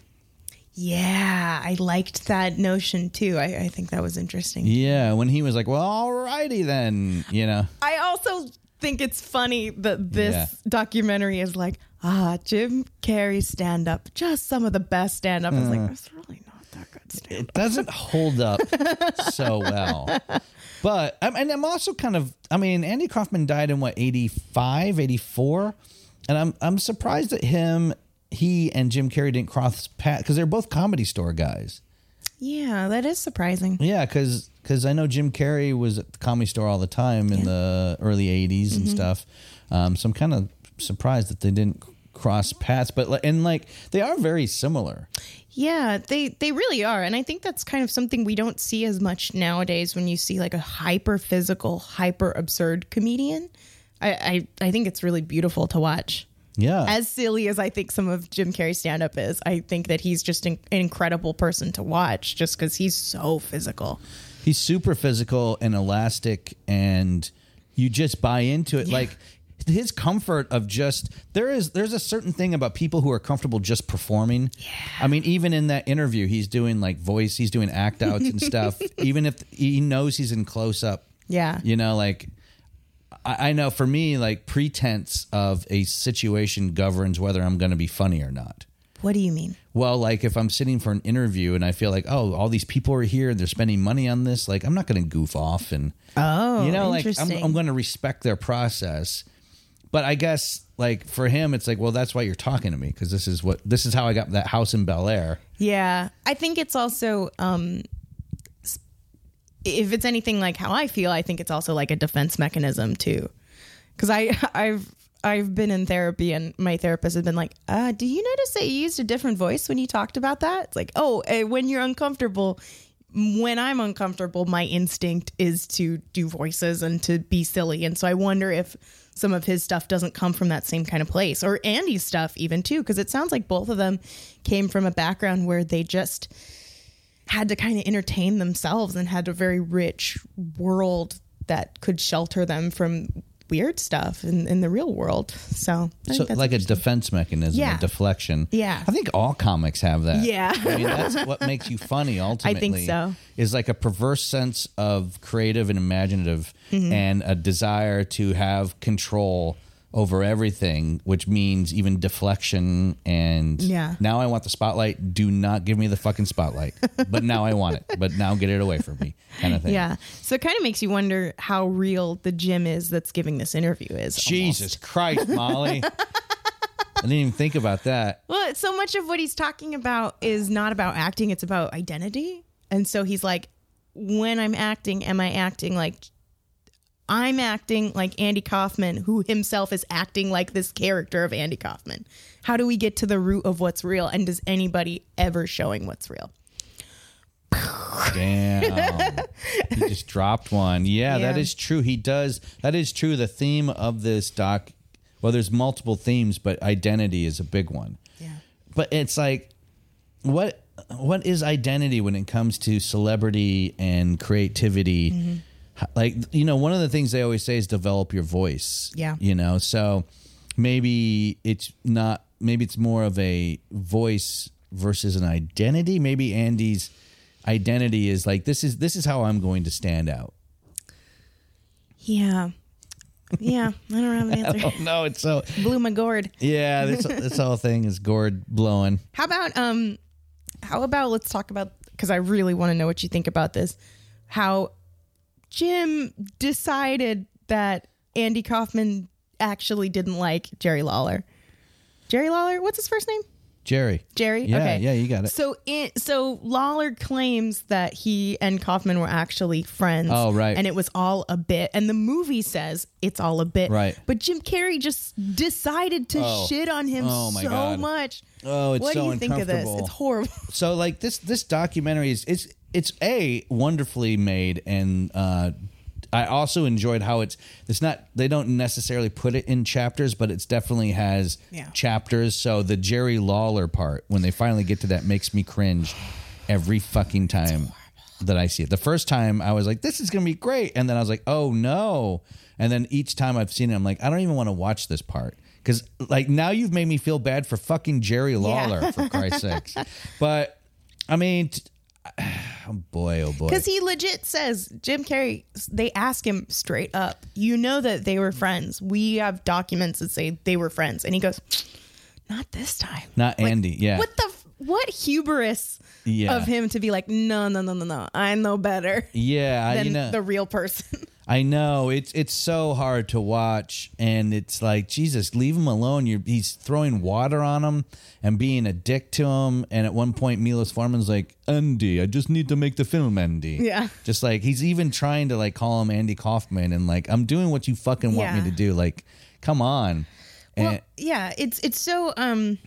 yeah, I liked that notion too. I, I think that was interesting. Yeah, when he was like, "Well, alrighty then," you know. I also think it's funny that this Yeah. documentary is like, ah, Jim Carrey stand up, just some of the best stand up. I was like, that's really not that good stand Mm-hmm. It doesn't hold up so well. But I'm, and I'm also kind of I mean, Andy Kaufman died in what 85, 84, and I'm I'm surprised at him he and Jim Carrey didn't cross paths cuz they're both comedy store guys. Yeah, that is surprising. Yeah, because I know Jim Carrey was at the Comedy Store all the time in the early '80s and stuff. Um, so I'm kind of surprised that they didn't c- cross paths, but like, and like they are very similar. Yeah, they they really are, and I think that's kind of something we don't see as much nowadays. When you see like a hyper physical, hyper absurd comedian, I, I I think it's really beautiful to watch. Yeah, As silly as I think some of Jim Carrey's stand up is, I think that he's just an, an incredible person to watch just because he's so physical. he's super physical and elastic, and you just buy into it. Like his comfort of just there is there's a certain thing about people who are comfortable just performing. Yeah. I mean, even in that interview, he's doing like voice, he's doing act outs and stuff. Even if he knows he's in close up. Yeah. You know, like I, I know for me, like pretense of a situation governs whether I'm going to be funny or not. What do you mean? Well, like if I'm sitting for an interview and I feel like, oh, all these people are here and they're spending money on this, like I'm not going to goof off and Oh, you know, like I'm, interesting. I'm going to respect their process. But I guess like for him, it's like, well, that's why you're talking to me because this is what this is how I got that house in Bel Air. Yeah, I think it's also um, s- if it's anything like how I feel, I think it's also like a defense mechanism too. Because I I've I've been in therapy and my therapist has been like, uh, "Do you notice that you used a different voice when you talked about that?" It's like, "Oh, eh, when you're uncomfortable." When I'm uncomfortable, my instinct is to do voices and to be silly. And so I wonder if some of his stuff doesn't come from that same kind of place or Andy's stuff, even too, because it sounds like both of them came from a background where they just had to kind of entertain themselves and had a very rich world that could shelter them from weird stuff in, in the real world. So, I So think that's like a defense mechanism, Yeah. a deflection. Yeah. I think all comics have that. Yeah. I mean, that's what makes you funny ultimately. so. Is like a perverse sense of creative and imaginative Mhm. and a desire to have control over everything, which means even deflection and Yeah. now I want the spotlight. Do not give me the fucking spotlight. but now I want it. But now get it away from me. Kind of thing. Yeah. So it kind of makes you wonder how real the Jim is that's giving this interview is. Jesus Christ, Molly. I didn't even think about that. Well, it's so much of what he's talking about is not about acting, it's about identity. And so he's like, when I'm acting, am I acting like I'm acting like Andy Kaufman, who himself is acting like this character of Andy Kaufman? How do we get to the root of what's real? And does anybody ever showing what's real? Damn. he just dropped one. Yeah, that Yeah. is true. He does. That is true. The theme of this doc, well, there's multiple themes, but identity is a big one. Yeah. But it's like, what what is identity when it comes to celebrity and creativity? Mm-hmm. H- Like, you know, one of the things they always say is develop your voice. Yeah. You know, so maybe it's not, maybe it's more of a voice versus an identity. Maybe Andy's identity is like this is this is how I'm going to stand out. Yeah. Yeah. I don't have an I answer. don't know. It's so Blew my gourd. yeah. This this whole thing is gourd blowing. How about um how about let's talk about cuz I really want to know what you think about this. How Jim decided that Andy Kaufman actually didn't like Jerry Lawler. Jerry Lawler, what's his first name? Jerry. Jerry? Yeah. okay. Yeah. You got it. So it, so Lawler claims that he and Kaufman were actually friends. Oh, right. And it was all a bit. And the movie says it's all a bit. Right. But Jim Carrey just decided to Oh. shit on him Oh, my so God. much. Oh, it's what so do you think of this? uncomfortable. It's horrible. so like this this documentary is it's it's a wonderfully made and uh I also enjoyed how it's it's not they don't necessarily put it in chapters but it's definitely has Yeah. chapters so the Jerry Lawler part when they finally get to that makes me cringe every fucking time that I see it. The first time I was like this is going to be great and then I was like oh no and then each time I've seen it I'm like I don't even want to watch this part cuz like now you've made me feel bad for fucking Jerry Lawler for Christ's sakes. But I mean, t- oh boy, oh boy. Because he legit says, Jim Carrey, they ask him straight up, you know that they were friends. We have documents that say they were friends. And he goes, not this time. not Andy. Yeah. What the, f- what hubris Yeah. of him to be like, no, no, no, no, no. I know better yeah, I- than you know, the real person. I know it's it's so hard to watch, and it's like Jesus, leave him alone. You're he's throwing water on him and being a dick to him. And at one point, Milos Forman's like, "Andy, I just need to make the film, Andy." Yeah. just like he's even trying to like call him Andy Kaufman, and like I'm doing what you fucking want Yeah. me to do. Like, come on. well, yeah, it's, it's so, um,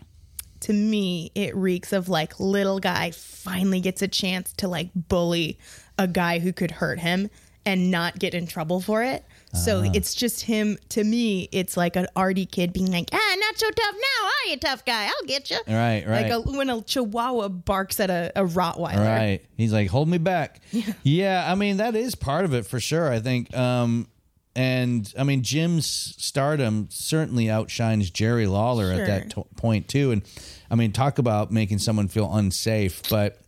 to me, it reeks of like little guy finally gets a chance to like bully a guy who could hurt him and not get in trouble for it. So Ah. it's just him. To me, it's like an arty kid being like, "Ah, not so tough now, are you, tough guy? I'll get you." Right, right. Like a, when a Chihuahua barks at a, a Rottweiler. Right. He's like, hold me back. Yeah. I mean, that is part of it for sure. I think. Um, and I mean, Jim's stardom certainly outshines Jerry Lawler Sure. at that to- point too. And I mean, talk about making someone feel unsafe. But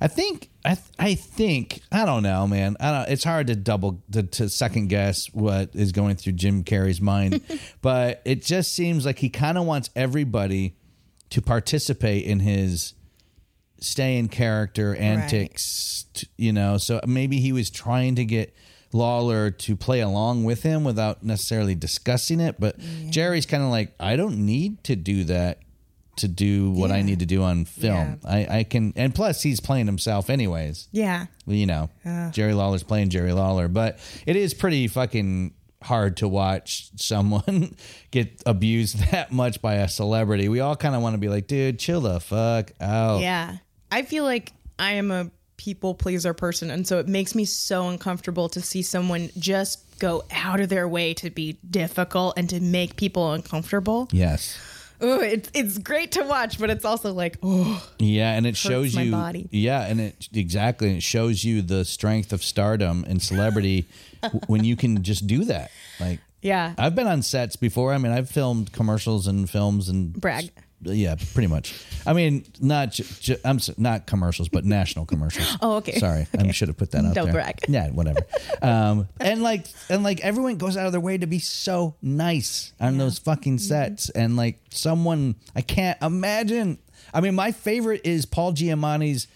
I think, I, th- I think, I don't know, man. I don't. It's hard to double to, to second guess what is going through Jim Carrey's mind, but it just seems like he kind of wants everybody to participate in his stay in character antics, t- you know. So maybe he was trying to get Lawler to play along with him without necessarily discussing it. But Jerry's kind of like, I don't need to do that to do what I need to do on film. I, I can, and plus he's playing himself anyways. Yeah. You know, Yeah. Jerry Lawler's playing Jerry Lawler, but it is pretty fucking hard to watch someone get abused that much by a celebrity. We all kind of want to be like, dude, chill the fuck out. Yeah. I feel like I am a people pleaser person. And so it makes me so uncomfortable to see someone just go out of their way to be difficult and to make people uncomfortable. Yes. Ooh, it's, it's great to watch, but it's also like, oh, Yeah, and it Hurts shows my you. body. Yeah, and it exactly and it shows you the strength of stardom and celebrity w- when you can just do that. Like Yeah. I've been on sets before. I mean, I've filmed commercials and films and Brag. Yeah, pretty much. I mean, not ju- ju- I'm s- not commercials, but national commercials. Oh, okay. Sorry, I should have put that out Don't there. brag. Yeah, whatever. um, and like, and like, everyone goes out of their way to be so nice on those fucking sets. And like, someone I can't imagine. I mean, my favorite is Paul Giamatti's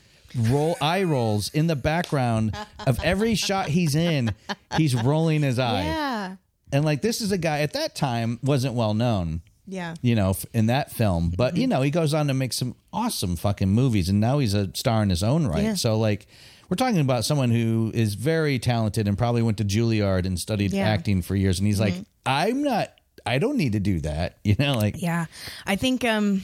roll eye rolls in the background of every shot he's in. He's rolling his eye. Yeah. And like this is a guy at that time wasn't well known. Yeah. You know, f- in that film, but Mm-hmm. you know, he goes on to make some awesome fucking movies and now he's a star in his own right. Yeah. So like we're talking about someone who is very talented and probably went to Juilliard and studied Yeah. Mm-hmm. acting for years and he's like I'm not I don't need to do that. You know, like Yeah. I think um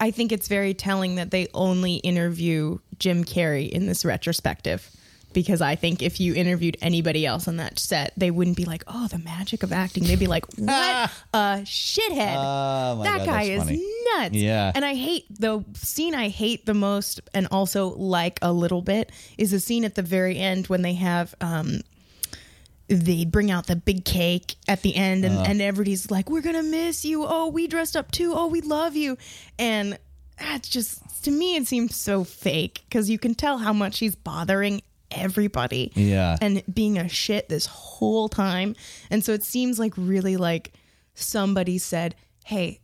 I think it's very telling that they only interview Jim Carrey in this retrospective because I think if you interviewed anybody else on that set, they wouldn't be like, "Oh, the magic of acting." They'd be like, "What a shithead." Oh, my that God, guy that's is funny. nuts. Yeah. And I hate the scene I hate the most and also like a little bit is the scene at the very end when they have um they bring out the big cake at the end Uh. and, and everybody's like we're gonna miss you oh we dressed up too oh we love you and that's just to me it seems so fake because you can tell how much he's bothering everybody Yeah. and being a shit this whole time and so it seems like really like somebody said hey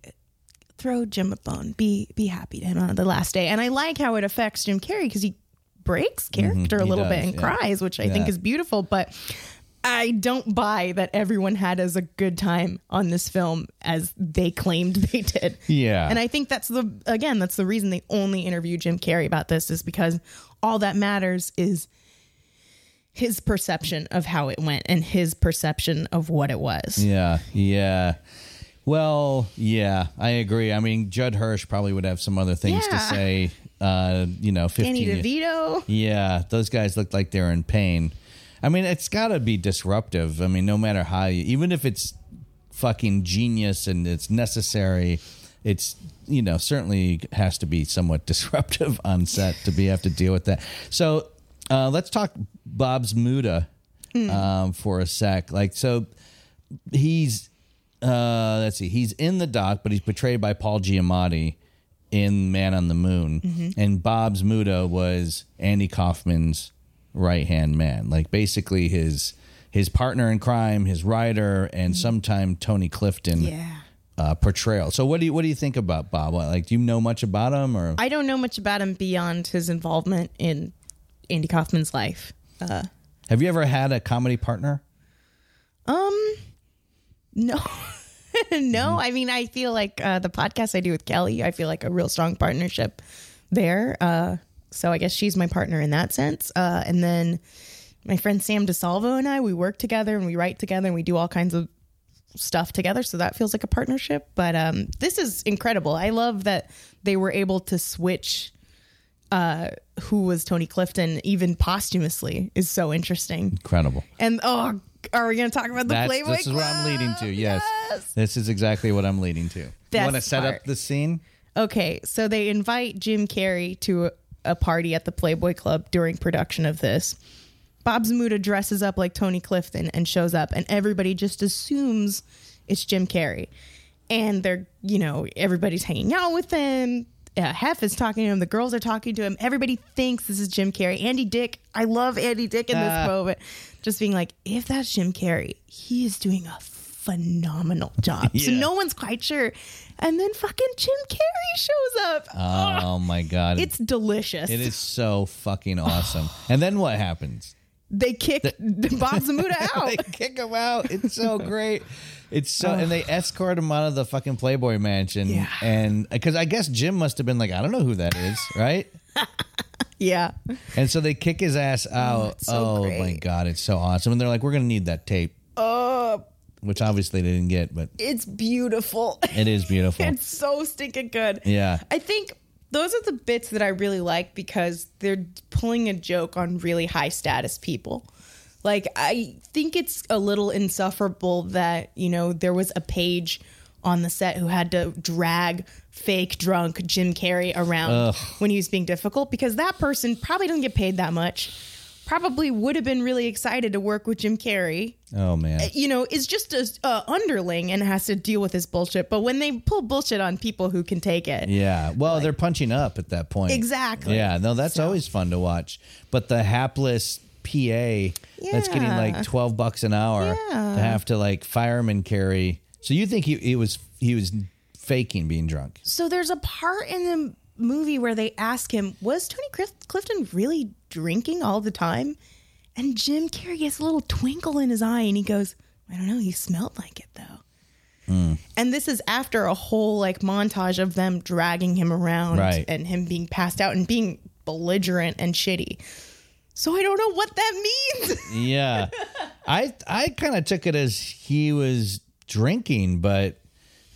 throw jim a bone be be happy to him on the last day and i like how it affects jim carrey because he breaks character a Mm-hmm. he little bit does, and yeah. cries which i think Yeah. is beautiful but I don't buy that everyone had as a good time on this film as they claimed they did. Yeah. And I think that's the again, that's the reason they only interview Jim Carrey about this is because all that matters is his perception of how it went and his perception of what it was. Yeah, yeah. Well, yeah, I agree. I mean, Judd Hirsch probably would have some other things to Yeah. say. Uh, you know, fifteen. Danny DeVito. Yeah, those guys look like they're in pain. I mean, it's got to be disruptive. I mean, no matter how you, even if it's fucking genius and it's necessary, it's, you know, certainly has to be somewhat disruptive on set to be have to deal with that. So uh, let's talk Bob's Muda um, for a sec. Like, so he's, uh, let's see, he's in the dock, but he's portrayed by Paul Giamatti in Man on the Moon, Mm-hmm. and Bob's Muda was Andy Kaufman's right hand man, like basically his his partner in crime, his writer, and sometime Tony Clifton Mm-hmm. Yeah. uh, portrayal. So what do you what do you think about Bob? What, like, do you know much about him or? I don't know much about him beyond his involvement in Andy Kaufman's life. Uh, have you ever had a comedy partner? Um, no, Mm-hmm. no. I mean, I feel like uh, the podcast I do with Kelly, I feel like a real strong partnership there. Uh, so I guess she's my partner in that sense. Uh, and then my friend Sam DeSalvo and I, we work together and we write together and we do all kinds of stuff together. So that feels like a partnership. But um, this is incredible. I love that they were able to switch uh, who was Tony Clifton even posthumously is so interesting. Incredible. And oh, are we going to talk about the That's, Playboy this is what I'm Club? leading to. Yes. this is exactly what I'm leading to. you Best want to set part. up the scene? Okay, so they invite Jim Carrey to a, a party at the Playboy Club during production of this. Bob Zamuda dresses up like Tony Clifton and shows up, and everybody just assumes it's Jim Carrey. And they're, you know, everybody's hanging out with him. Uh, Hef is talking to him. The girls are talking to him. Everybody thinks this is Jim Carrey. Andy Dick, I love Andy Dick in this Ah. moment, just being like, if that's Jim Carrey, he is doing a phenomenal job. So Yeah. no one's quite sure. And then fucking Jim Carrey shows up. Oh my god. It's delicious. It is so fucking awesome. and then what happens? They kick Bob Zamuda They out. kick him out. It's so great. It's so, and they escort him out of the fucking Playboy Mansion. Yeah. And because I guess Jim must have been like, I don't know who that is, right? yeah. and so they kick his ass out. it's so Oh, my great. god, it's so awesome. And they're like, we're gonna need that tape. Oh. Which obviously they didn't get, but It's beautiful. it is beautiful. It's so stinking good. Yeah. I think those are the bits that I really like because they're pulling a joke on really high status people. Like, I think it's a little insufferable that, you know, there was a page on the set who had to drag fake drunk Jim Carrey around when he was being difficult because that person probably doesn't get paid that much. probably would have been really excited to work with Jim Carrey, Oh man. uh, you know, is just a uh, underling and has to deal with his bullshit. But when they pull bullshit on people who can take it, Yeah. Well, they're punching up at that point. Exactly. Yeah. No, that's always fun to watch. But the hapless PA that's getting Yeah. like 12 bucks an hour Yeah. to have to like fireman carry. So you think he, he was he was faking being drunk? So there's a part in the movie where they ask him, "Was Tony Clif- Clifton really drinking all the time?" And Jim Carrey gets a little twinkle in his eye, and he goes, "I don't know. He smelled like it though." Hmm. And this is after a whole like montage of them dragging him around Right. and him being passed out and being belligerent and shitty. So I don't know what that means. Yeah. I I kind of took it as he was drinking, but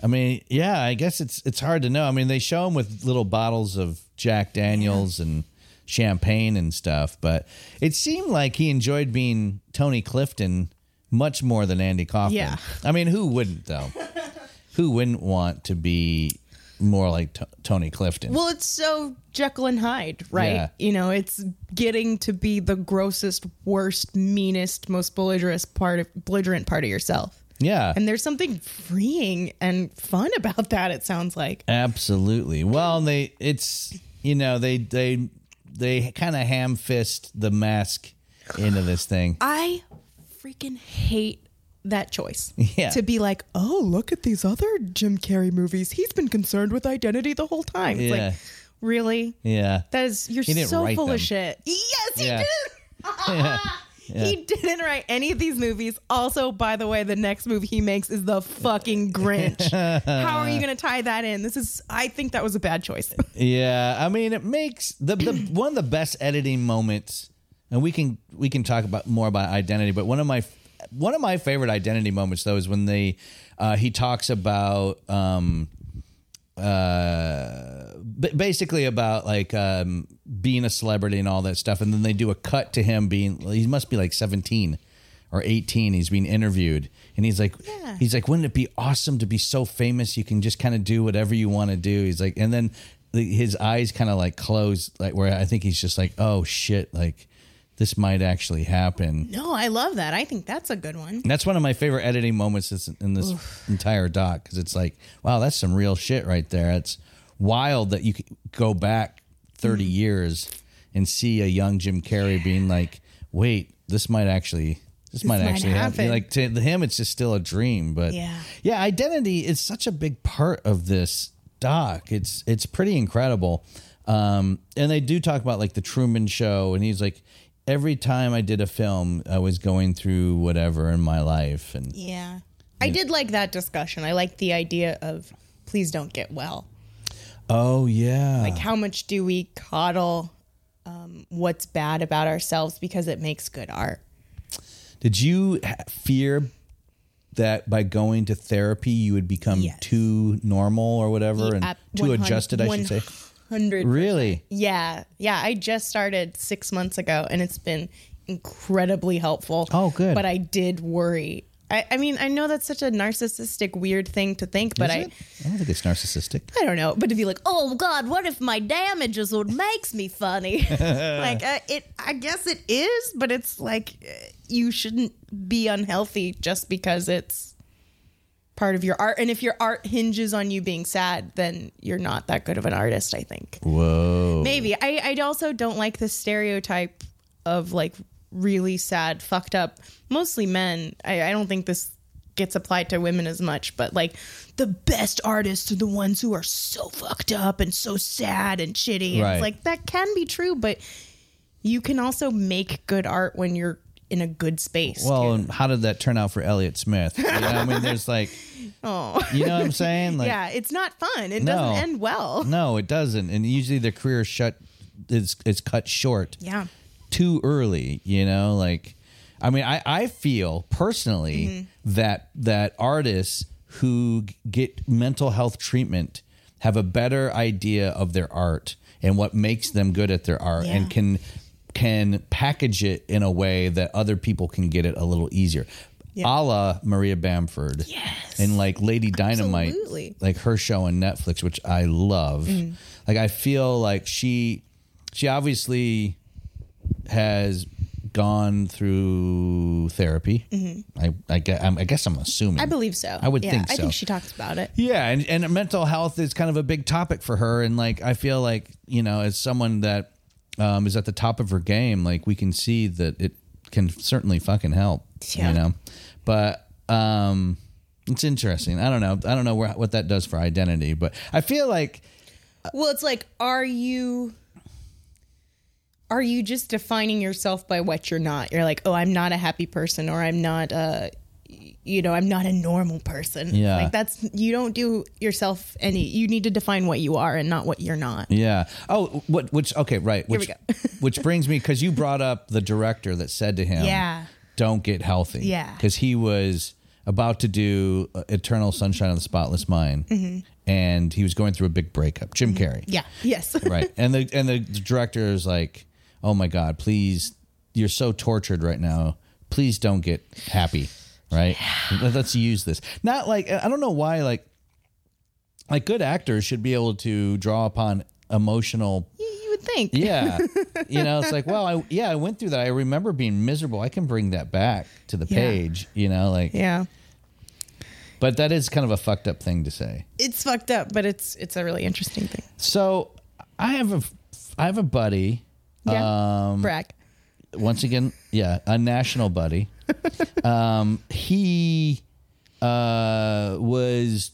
I mean, yeah, I guess it's it's hard to know. I mean, they show him with little bottles of Jack Daniels and champagne and stuff, but it seemed like he enjoyed being Tony Clifton much more than Andy Kaufman. Yeah. I mean, who wouldn't though? who wouldn't want to be more like T- Tony Clifton? Well, it's so Jekyll and Hyde, right? Yeah. You know, it's getting to be the grossest, worst, meanest, most belligerent part of belligerent part of yourself. yeah. And there's something freeing and fun about that. It sounds like Absolutely. Well, they it's you know they they they kind of ham fist the mask into this thing. I freaking hate that choice. Yeah. To be like, oh, look at these other Jim Carrey movies. He's been concerned with identity the whole time. It's Yeah. like, really? Yeah. That is you're He didn't so write full them. of shit. Yes, he Yeah. did. Yeah. He didn't write any of these movies. Also, by the way, the next movie he makes is the fucking Grinch. How are you going to tie that in? This is, I think that was a bad choice. Yeah, I mean it makes the, the one of the best editing moments, and we can we can talk about more about identity. But one of my one of my favorite identity moments though is when they uh, he talks about um, uh, b- basically about like um, being a celebrity and all that stuff, and then they do a cut to him being he must be like seventeen or 18 he's being interviewed and he's like he's like wouldn't it be awesome to be so famous you can just kind of do whatever you want to do he's like and then the, his eyes kind of like close like where i think he's just like oh shit like this might actually happen no, I love that. I think that's a good one. and that's one of my favorite editing moments is in this entire doc because it's like wow that's some real shit right there it's wild that you could go back 30 years and see a young jim carrey being like wait this might actually this, might, might actually happen. happen. like to him it's just still a dream but Yeah. yeah identity is such a big part of this doc it's it's pretty incredible um and they do talk about like the truman show and he's like every time i did a film i was going through whatever in my life and Yeah. I did like that discussion. I like the idea of please don't get well. oh yeah Like, how much do we coddle um, what's bad about ourselves because it makes good art? did you ha- fear that by going to therapy you would become Yes. uh, too normal or whatever and At too 100 adjusted i should say 100%. really Yeah. Yeah. I just started six months ago and it's been incredibly helpful. Oh, good. But I did worry. I, I mean, I know that's such a narcissistic, weird thing to think, but Is I, it? i don't think it's narcissistic I don't know. But to be like, oh God, what if my damage is what makes me funny? like uh, it, I guess it is, but it's like uh, you shouldn't be unhealthy just because it's part of your art. And if your art hinges on you being sad, then you're not that good of an artist. I think. whoa Maybe I, I also don't like the stereotype of like really sad, fucked up, mostly men. I, I don't think this gets applied to women as much, but like the best artists are the ones who are so fucked up and so sad and shitty. And Right. It's like that can be true, but you can also make good art when you're in a good space. Well, and how did that turn out for Elliot Smith? You know, I mean, there's like, oh. you know what I'm saying? Like, yeah, it's not fun. It No. doesn't end well. no, it doesn't. And usually their career shut is is cut short Yeah. too early. You know, like, I mean, I I feel personally Mm-hmm. that that artists who g- get mental health treatment have a better idea of their art and what makes them good at their art and Yeah. can can package it in a way that other people can get it a little easier. A la Maria Bamford. Yes. And like Lady Dynamite. Absolutely. Mm-hmm. Like her show on Netflix, which I love. Like I feel like she she obviously has gone through therapy. Mhm. I, I, gue- I'm- I guess I'm assuming. I believe so. I would Yeah, think so. I think she talks about it. Yeah, and, and mental health is kind of a big topic for her. And like, I feel like, you know, as someone that um, is at the top of her game, like, we can see that it can certainly fucking help, Yeah. you know? But um, it's interesting. I don't know. I don't know where, what that does for identity, but I feel like, Well, it's like, are you are you just defining yourself by what you're not? You're like, oh, I'm not a happy person, or I'm not a, you know, I'm not a normal person. Yeah. like that's you don't do yourself any. You need to define what you are and not what you're not. yeah. Oh, what, which, okay, right. Here Which, we which brings me, because you brought up the director that said to him, Yeah. don't get healthy. Yeah. Because he was about to do uh, Eternal Sunshine of the Spotless Mind. Mhm. And he was going through a big breakup. Jim Carrey. Yeah. Yes. right. And the and the director is like, "Oh my god, please you're so tortured right now. Please don't get happy." Right? Let- Let's use this. Not like I don't know why like like good actors should be able to draw upon emotional you would think. yeah. you know, it's like, well, I yeah, I went through that. I remember being miserable. I can bring that back to the Yeah. page, you know, like yeah, But that is kind of a fucked up thing to say. it's fucked up, but it's it's a really interesting thing. So, I have a I have a buddy Yeah. um Brack. once again, yeah, a national buddy. um, he uh, was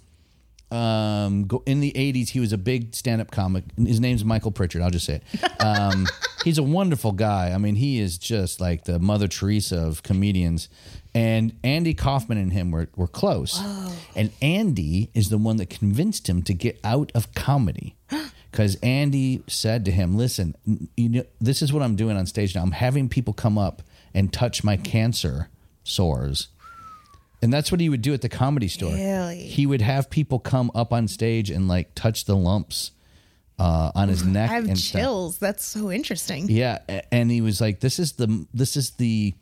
um, go, in the '80s. He was a big stand-up comic. His name's Michael Pritchard. I'll just say it. Um, he's a wonderful guy. I mean, he is just like the Mother Teresa of comedians. And Andy Kaufman and him were were close. And Andy is the one that convinced him to get out of comedy. Because Andy said to him, "Listen, n- you know this is what I'm doing on stage now. I'm having people come up and touch my cancer sores." And that's what he would do at the comedy store. Really? He would have people come up on stage and like touch the lumps uh, on his neck. I have and stuff. chills. That's so interesting. Yeah, a- and he was like, "This is the this is the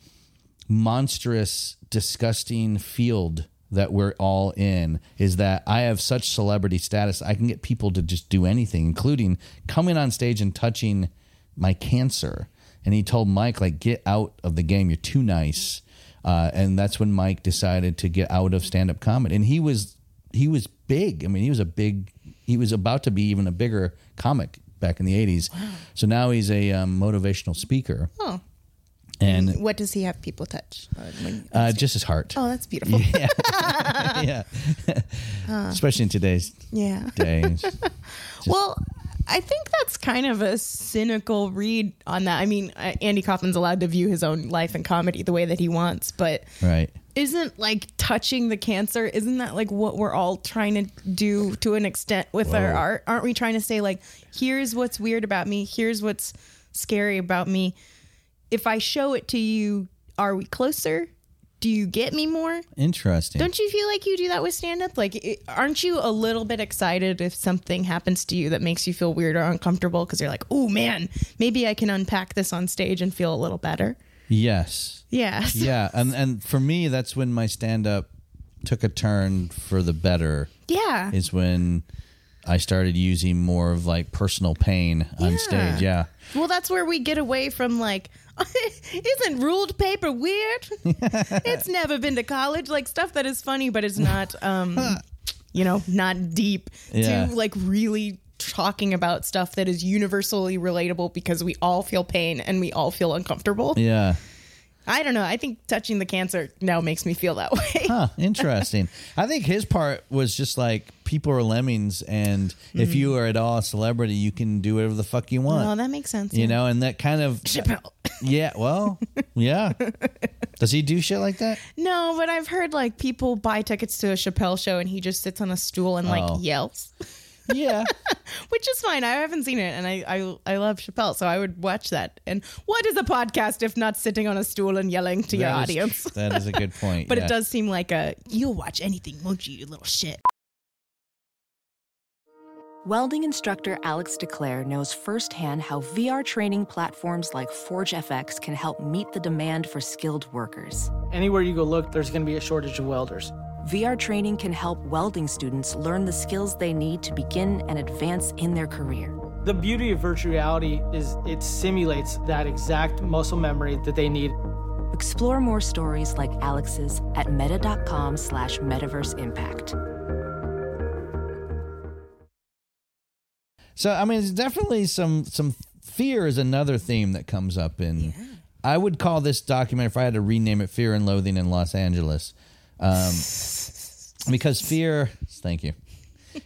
monstrous, disgusting field that we're all in. Is that I have such celebrity status, I can get people to just do anything, including coming on stage and touching my cancer." And he told Mike, "Like, get out of the game. You're too nice." Uh, and that's when Mike decided to get out of stand up comedy, and he was he was big. I mean, he was a big. He was about to be even a bigger comic back in the '80s. So now he's a um, motivational speaker, Oh, and what does he have people touch? Uh, when- uh, just his heart. Oh, that's beautiful. Yeah. yeah, Huh. especially in today's Yeah. day. well, I think that's kind of a cynical read on that. I mean, uh, Andy Kaufman's allowed to view his own life and comedy the way that he wants, but right. isn't like touching the cancer, isn't that like what we're all trying to do to an extent with our Whoa. art? Aren't we trying to say, like, here's what's weird about me, here's what's scary about me? If I show it to you, are we closer? Do you get me more? Interesting. Don't you feel like you do that with stand up? Like, it, aren't you a little bit excited if something happens to you that makes you feel weird or uncomfortable? Because you're like, oh man, maybe I can unpack this on stage and feel a little better. Yes. Yes. Yeah, and and for me, that's when my stand up took a turn for the better. Yeah. is when I started using more of like personal pain on stage. Yeah. Well, that's where we get away from like, isn't ruled paper weird? it's never been to college. Like, stuff that is funny, but it's not, um, you know, not deep Yeah. to like really talking about stuff that is universally relatable because we all feel pain and we all feel uncomfortable. Yeah. I don't know. I think touching the cancer now makes me feel that way. Huh, interesting. I think his part was just like people are lemmings, and if Mhm. you are at all a celebrity, you can do whatever the fuck you want. Oh, that makes sense. You know, and that kind of Chappelle. Yeah, well, yeah. Does he do shit like that? No, but I've heard like people buy tickets to a Chappelle show and he just sits on a stool and like Oh. yells. Yeah. Which is fine. I haven't seen it and I, I I love Chappelle, so I would watch that. And what is a podcast if not sitting on a stool and yelling to your That is- audience? that is a good point, but yeah. it does seem like a you'll watch anything, won't you, you little shit. Welding instructor Alex DeClaire knows firsthand how VR training platforms like ForgeFX can help meet the demand for skilled workers. Anywhere you go look, there's going to be a shortage of welders. VR training can help welding students learn the skills they need to begin and advance in their career. The beauty of virtuality is it simulates that exact muscle memory that they need. Explore more stories like Alex's at meta.com slash metaverse impact. So I mean, it's definitely some some fear is another theme that comes up in. I would call this document if I had to rename it "Fear and Loathing in Los Angeles," um, because fear. Thank you.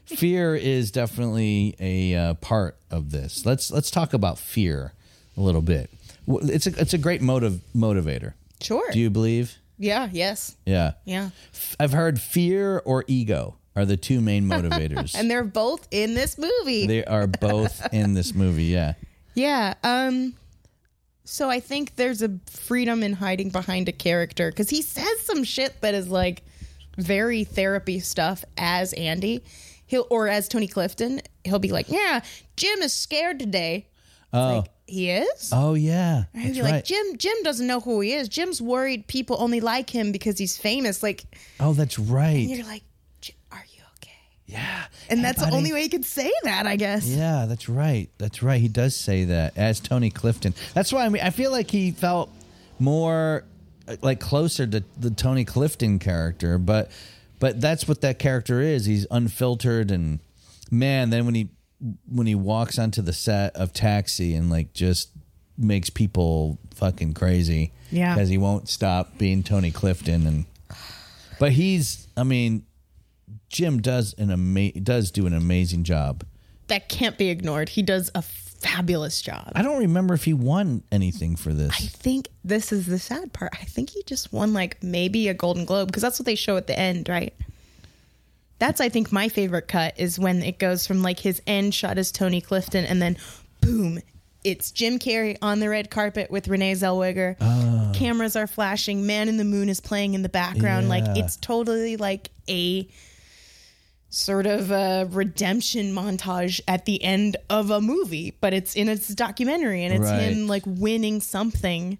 Fear is definitely a uh, part of this. Let's let's talk about fear a little bit. Well, It's a it's a great motive motivator. Sure. Do you believe? Yeah. Yes. Yeah. Yeah. F- I've heard fear or ego are the two main motivators. and they're both in this movie. they are both in this movie. Yeah. Yeah. Um. So I think there's a freedom in hiding behind a character because he says some shit that is like very therapy stuff as Andy, he'll or as Tony Clifton, he'll be like, "Yeah, Jim is scared today. Oh. He is." oh yeah. I'd That's be right. like, "Jim, Jim doesn't know who he is. Jim's worried people only like him because he's famous." Like, oh, that's right. and you're like, "J- "Are you okay?" Yeah. And that's the buddy. only way you could say that, I guess. Yeah, that's right. That's right. He does say that as Tony Clifton. That's why I mean I feel like he felt more uh, like closer to the Tony Clifton character, but but that's what that character is. He's unfiltered and man, then when he when he walks onto the set of Taxi and like just makes people fucking crazy. Yeah. Cuz he won't stop being Tony Clifton and but he's I mean Jim does an ama- does do an amazing job. That can't be ignored. He does a fabulous job. I don't remember if he won anything for I this. think this is the sad part. I think he just won like maybe a Golden Globe because that's what they show at the end, right? That's I think my favorite cut is when it goes from like his end shot as Tony Clifton and then boom, it's Jim Carrey on the red carpet with Renee Zellweger. Oh. Cameras are flashing, Man in the Moon is playing in the background. Like Yeah. it's totally like a sort of a redemption montage at the end of a movie, but it's in its documentary and it's Right. him like winning something,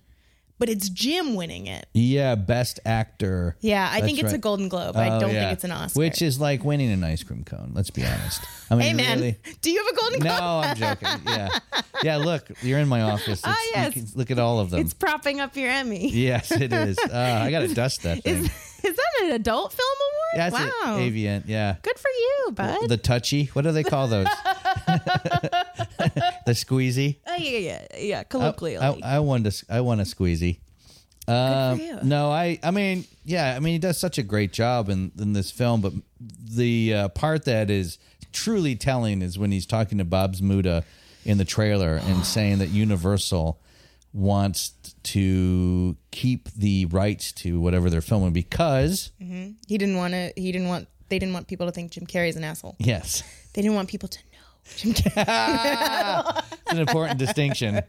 but it's Jim winning it. yeah, best actor. Yeah, I think That's Oh, it's a Golden Globe. I don't think it's an Oscar. Which is like winning an ice cream cone, let's be honest. I mean, hey man, really- do you have a Golden No, Globe? I'm joking. Yeah. Yeah, look, you're in my office. Ah, It's- you yes. can look at all of them. It's propping up your Emmy. yes, it is. Uh, I got to dust that thing. Is that an adult film award? That's it. wow. Avient, yeah. Good for you, bud. The touchy. What do they call those? the squeezy. Oh, yeah, yeah, yeah, yeah. I- Colloquially. I, I, want a, I want a squeezy. Um, you. No, I, I mean, yeah, I mean, he does such a great job in, in this film, but the uh, part that is truly telling is when he's talking to Bob's Muda in the trailer and saying that Universal wants to keep the rights to whatever they're filming because hmm He didn't want to. He didn't want. They didn't want people to think Jim Carrey's an asshole. yes They didn't want people to know Jim Carrey. it's an important distinction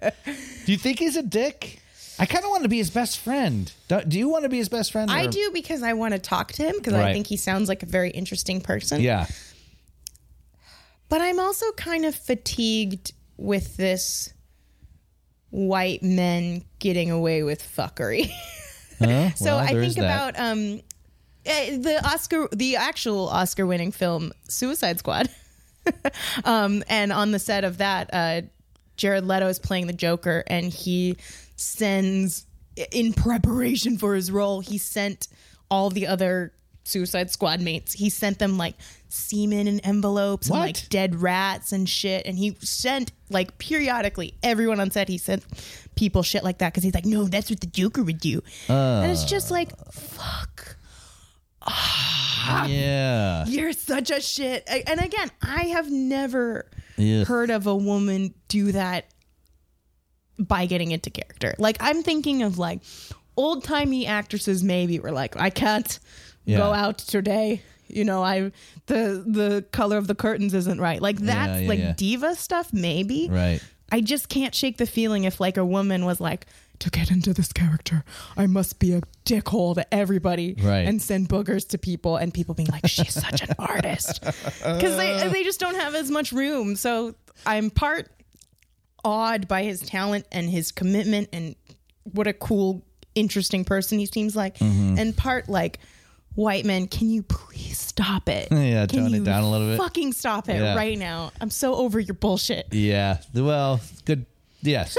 do you think he's a dick i kind of want to be his best friend do, do you want to be his best friend I or- do because I want to talk to him because I Right. think he sounds like a very interesting person. yeah But I'm also kind of fatigued with this white men getting away with fuckery. Huh? so Well, I there's think that. about um eh, the Oscar the actual Oscar winning film Suicide Squad. um and on the set of that uh Jared Leto is playing the Joker and he sends in preparation for his role he sent all the other Suicide Squad mates he sent them like semen in envelopes and like What? dead rats and shit and he sent like periodically everyone on set he sent people shit like that cuz he's like no that's what the Joker would do and it's just like, yeah you're such a shit. I- And again, I have never Yeah. heard of a woman do that by getting into character. Like, I'm thinking of like old timey actresses, maybe, were like, I can't Yeah. go out today. You know, I the the color of the curtains isn't right. Like that's yeah, like yeah. diva stuff, maybe. right I just can't shake the feeling if like a woman was like, to get into this character, I must be a dickhole to everybody Right. and send boogers to people and people being like, she's such an artist. Because they, they just don't have as much room. So I'm part awed by his talent and his commitment and what a cool, interesting person he seems like. Mhm. And part like, white men, can you please stop it? Yeah, Can tone it you down a little bit." Fucking stop it Yeah. right now. I'm so over your bullshit. Yeah. Well, good. Yes.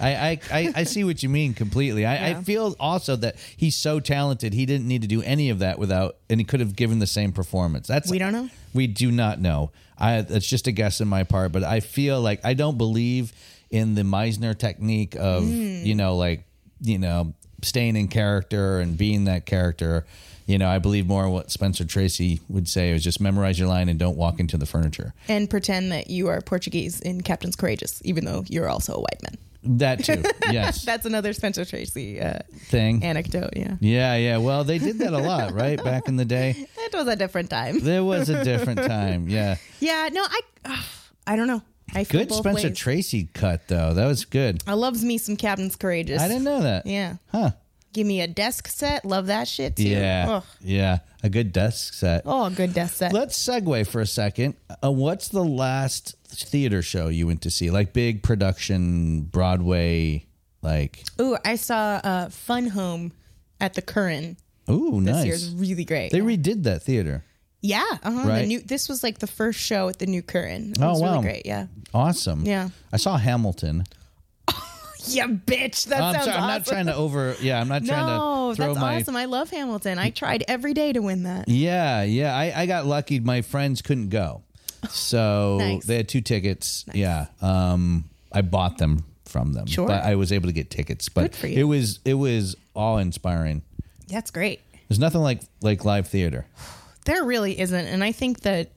I, I, I, I see what you mean completely. I, Yeah. I feel also that he's so talented, he didn't need to do any of that without, and he could have given the same performance. That's We don't know? We do not know. I That's just a guess in my part, but I feel like I don't believe in the Meisner technique of, Hmm. you know, like, you know, staying in character and being that character. You know, I believe more in what Spencer Tracy would say is just memorize your line and don't walk into the furniture. And pretend that you are Portuguese in Captain's Courageous, even though you're also a white man. That too. Yes. That's another Spencer Tracy uh, Thing. anecdote. Yeah. Yeah, yeah. Well, they did that a lot, right? Back in the day, It was a different time. there was a different time. Yeah, yeah. No, I, ugh, I don't know. I feel good both Spencer ways. Tracy cut though. That was good. I loves me some Captain's Courageous. I didn't know that. Yeah. Huh? Give me a desk set. Love that shit too. Yeah, Ugh. yeah. A good desk set. Oh, a good desk set. Let's segue for a second. Uh, what's the last theater show you went to see? Like big production, Broadway, like Ooh, I saw uh, Fun Home at the Curran. ooh, This nice. year's really great. They redid that theater. yeah, uh-huh. The Right. new, this was like the first show at the new Curran. It Oh, was wow. really great. Yeah, Awesome. Yeah. I saw Hamilton. yeah, bitch. That I'm sounds sorry. awesome. I'm not trying to over. Yeah, I'm not trying no, to throw that's my. awesome. I love Hamilton. I tried every day to win that. Yeah, yeah. I, I got lucky. My friends couldn't go. So Nice. they had two tickets. Yeah. Um I bought them from them. Sure. But I was able to get tickets. But Good for you. it was it was awe inspiring. That's great. There's nothing like like live theater. There really isn't, and I think that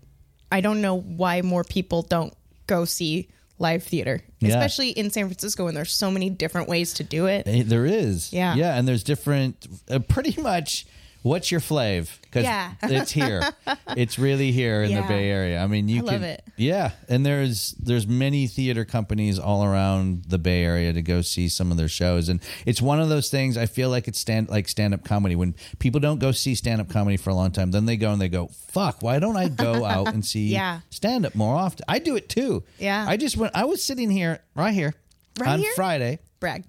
I don't know why more people don't go see live theater, Yeah. especially in San Francisco, when there's so many different ways to do it. Eh, There is. Yeah. Yeah, and there's different uh, pretty much what's your flav? Cuz Yeah. it's here. It's really here in Yeah. the Bay Area. I mean, you I love can it. Yeah, and there's there's many theater companies all around the Bay Area to go see some of their shows, and it's one of those things. I feel like it's stand like stand up comedy. When people don't go see stand up comedy for a long time, then they go and they go, "Fuck, why don't I go out and see Yeah. stand up more often?" I do it too. Yeah. I just went. I was sitting here, right here, Right on here? Friday Brag.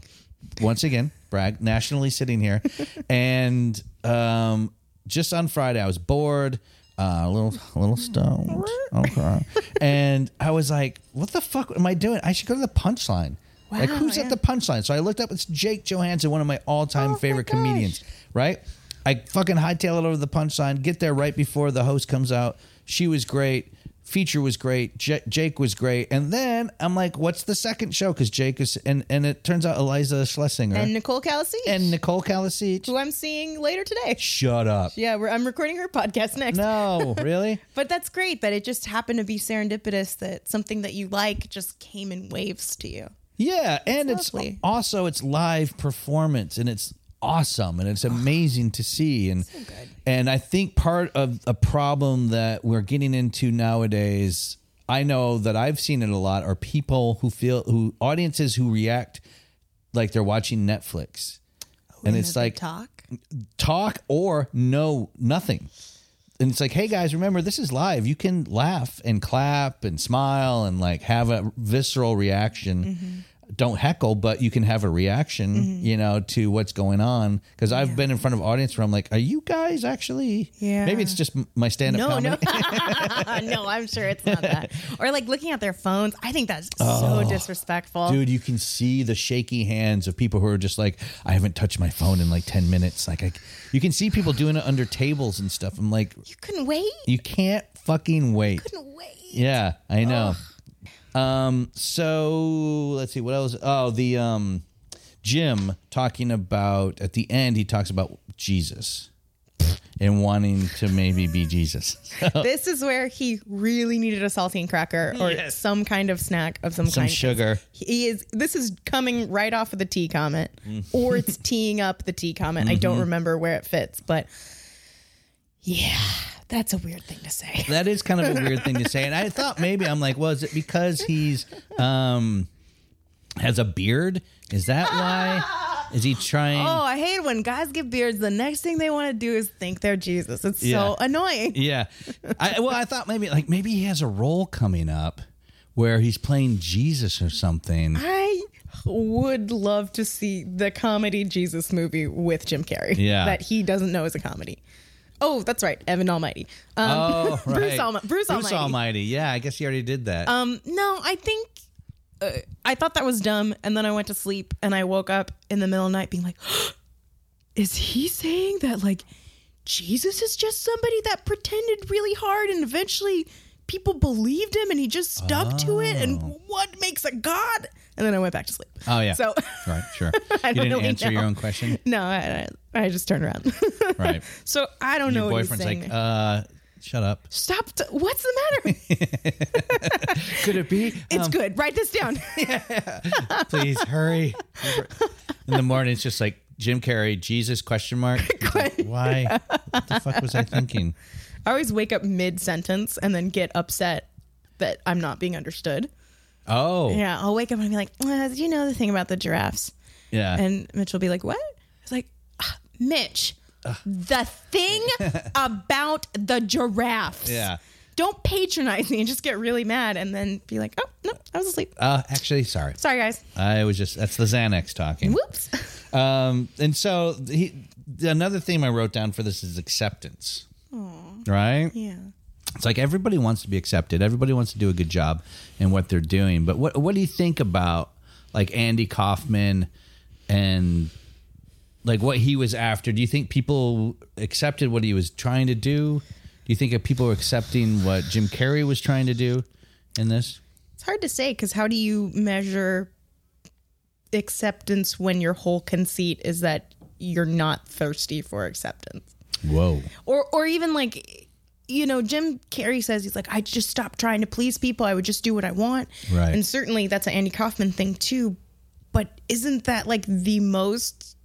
once again, brag, nationally sitting here. And um, just on Friday, I was bored, uh, a little, a little stoned. Okay. And I was like, what the fuck am I doing? I should go to the punchline. like, Wow, who's yeah. at the punchline? So I looked up, it's Jake Johansson, one of my all time Oh, my favorite gosh. comedians, right? I fucking hightail it over the punchline, get there right before the host comes out. She was great. Feature was great. J- Jake was great. And then I'm like, what's the second show? Because Jake is, and, and it turns out Eliza Schlesinger. And Nicole Calisic. And Nicole Calisic. Who I'm seeing later today. Shut up. Yeah, we're, I'm recording her podcast next. No, really? but that's great that it just happened to be serendipitous that something that you like just came in waves to you. Yeah, and it's also it's live performance and it's awesome and it's amazing to see and and I think part of a problem that we're getting into nowadays I know that I've seen it a lot are people who feel who audiences who react like they're watching Netflix. and it's like talk talk or no nothing. And it's like, hey guys, remember this is live. You can laugh and clap and smile and like have a visceral reaction. Mm-hmm. Don't heckle, but you can have a reaction, you know, to what's going on. Because I've been in front of audience where I'm like, are you guys actually? Yeah. Maybe it's just m- my stand up No, comedy. no, no, I'm sure it's not that. Or like looking at their phones. I think that's Oh, so disrespectful. Dude, you can see the shaky hands of people who are just like, I haven't touched my phone in like 10 minutes. Like, I, you can see people doing it under tables and stuff. I'm like, couldn't wait. You can't fucking wait. Couldn't wait. Yeah, I know. Um, so let's see what else. Oh, the um, Jim talking about at the end. He talks about Jesus and wanting to maybe be Jesus. This is where he really needed a saltine cracker or Yes. some kind of snack of some, Some kind. sugar. He is. This is coming right off of the tea comment, Mm. or it's teeing up the tea comment. I don't Mhm. remember where it fits, but yeah, that's a weird thing to say. That is kind of a weird thing to say. And I thought maybe I'm like, well, is it because he's um has a beard? Is that why? Is he Oh, trying? I hate when guys get beards. The next thing they want to do is think they're Jesus. It's Yeah. so annoying. Yeah. I, well, I thought maybe like maybe he has a role coming up where he's playing Jesus or something. I would love to see the comedy Jesus movie with Jim Carrey Yeah. that he doesn't know is a comedy. Oh, that's right, Evan Almighty. Um, oh, right. Bruce, Alma- Bruce, Almighty. Yeah, I guess he already did that. Um, no, I think uh, I thought that was dumb, and then I went to sleep, and I woke up in the middle of the night being like, "Is he saying that like Jesus is just somebody that pretended really hard, and eventually people believed him, and he just stuck to it? And what makes a god?" And then I went back to sleep. oh, yeah. So right, sure. I you don't didn't really answer your know. own question. no, I, I I just turned around. Right. so I don't your know what he's boyfriend's saying. like, uh, shut up. Stop! T- what's the matter? Could it be? It's Um, good. Write this down. Please hurry. In the morning, it's just like Jim Carrey, Jesus question mark. He's like, Why? What the fuck was I thinking? I always wake up mid sentence and then get upset that I'm not being understood. Oh, Yeah, I'll wake up and be like, uh, "Do you know the thing about the giraffes?" Yeah. and Mitch will be like, "What?" It's like, "Ah, Mitch, Uh. the thing about the giraffes. Yeah. Don't patronize me and just get really mad and then be like, "Oh no, I was asleep. Uh, actually, sorry. Sorry, guys. I was just that's the Xanax talking. Whoops." Um, and so he, another theme I wrote down for this is acceptance. Right? Yeah. It's like everybody wants to be accepted. Everybody wants to do a good job in what they're doing. But what what do you think about like Andy Kaufman and like what he was after? Do you think people accepted what he was trying to do? Do you think if people were accepting what Jim Carrey was trying to do in this? It's hard to say because how do you measure acceptance when your whole conceit is that you're not thirsty for acceptance? Whoa. Or, or even like, you know, Jim Carrey says he's like, I just stopped trying to please people. I would just do what I want. Right. And certainly that's an Andy Kaufman thing too. But isn't that like the most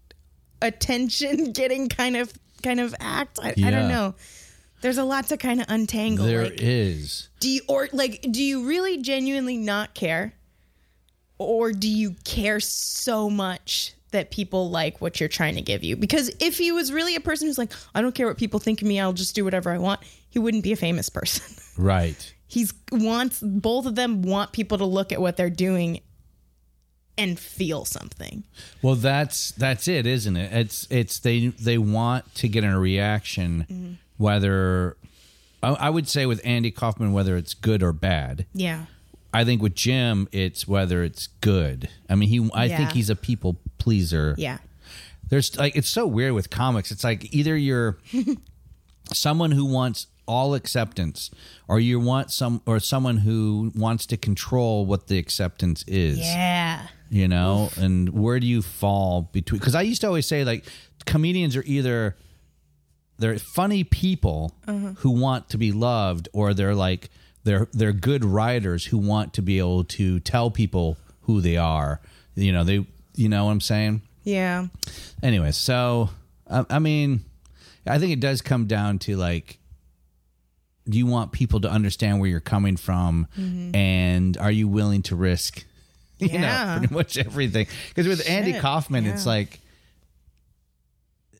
attention getting kind of kind of act? I, I Yeah. don't know. There's a lot to kind of untangle. There is. like- do you or like do you really genuinely not care? Or do you care so much that people like what you're trying to give you? Because if he was really a person who's like, I don't care what people think of me, I'll just do whatever I want, he wouldn't be a famous person. Right. He's wants both of them want people to look at what they're doing and feel something. Well, that's that's it, isn't it? It's it's they they want to get a reaction, Mm-hmm. whether I, I would say with Andy Kaufman, whether it's good or bad. Yeah. I think with Jim, it's whether it's good. I mean, he I think Yeah. he's a people pleaser. Yeah. There's like it's so weird with comics. It's like either you're someone who wants all acceptance or you want some or someone who wants to control what the acceptance is Yeah. you know and where do you fall between because i used to always say like comedians are either they're funny people who want to be loved or they're like they're they're good writers who want to be able to tell people who they are you know they you know what i'm saying Yeah. anyway so I, I mean i think it does come down to like do you want people to understand where you're coming from Mm-hmm. and are you willing to risk you Yeah. know pretty much everything because with andy Shit, kaufman it's yeah. like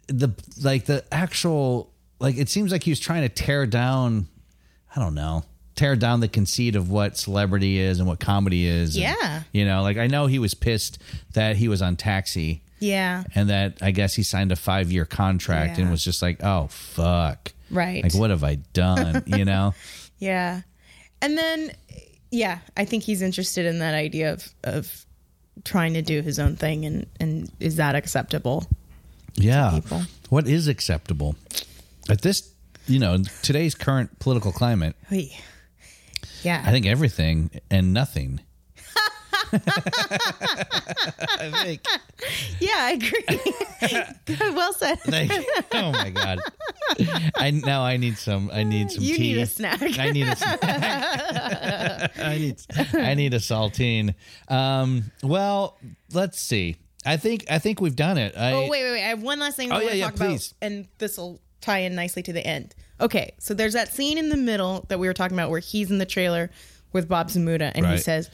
the like the actual like it seems like he was trying to tear down i don't know tear down the conceit of what celebrity is and what comedy is and, Yeah. you know like i know he was pissed that he was on taxi Yeah. and that I guess he signed a five year contract and Yeah. was just like, oh fuck, Right. Like what have I done? you know, Yeah. And then yeah, I think he's interested in that idea of of trying to do his own thing and and is that acceptable? yeah. What is acceptable at this? You know, in today's current political climate, Oy. Yeah. I think everything and nothing. yeah, I agree. Good, well said. Like, oh my god! I now I need some. I need some. You tea. need a snack. I need a snack. I need I need a saltine. Um, well, let's see. I think I think we've done it. I, oh wait, wait, wait! I have one last thing I Oh, want yeah, to yeah, talk please. about, and this will tie in nicely to the end. Okay, so there's that scene in the middle that we were talking about where he's in the trailer with Bob Zamuda, and he Right. says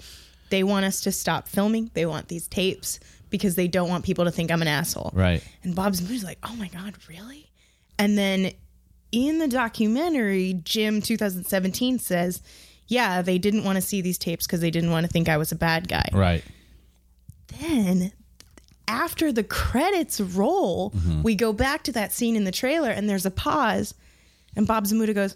they want us to stop filming. They want these tapes because they don't want people to think I'm an asshole. Right. And Bob Zamuda's like, "Oh my god, really?" And then in the documentary, Jim 2017 says, "Yeah, they didn't want to see these tapes because they didn't want to think I was a bad guy." Right. then Mm-hmm. after the credits roll, we go back to that scene in the trailer and there's a pause And Bob Zamuda goes,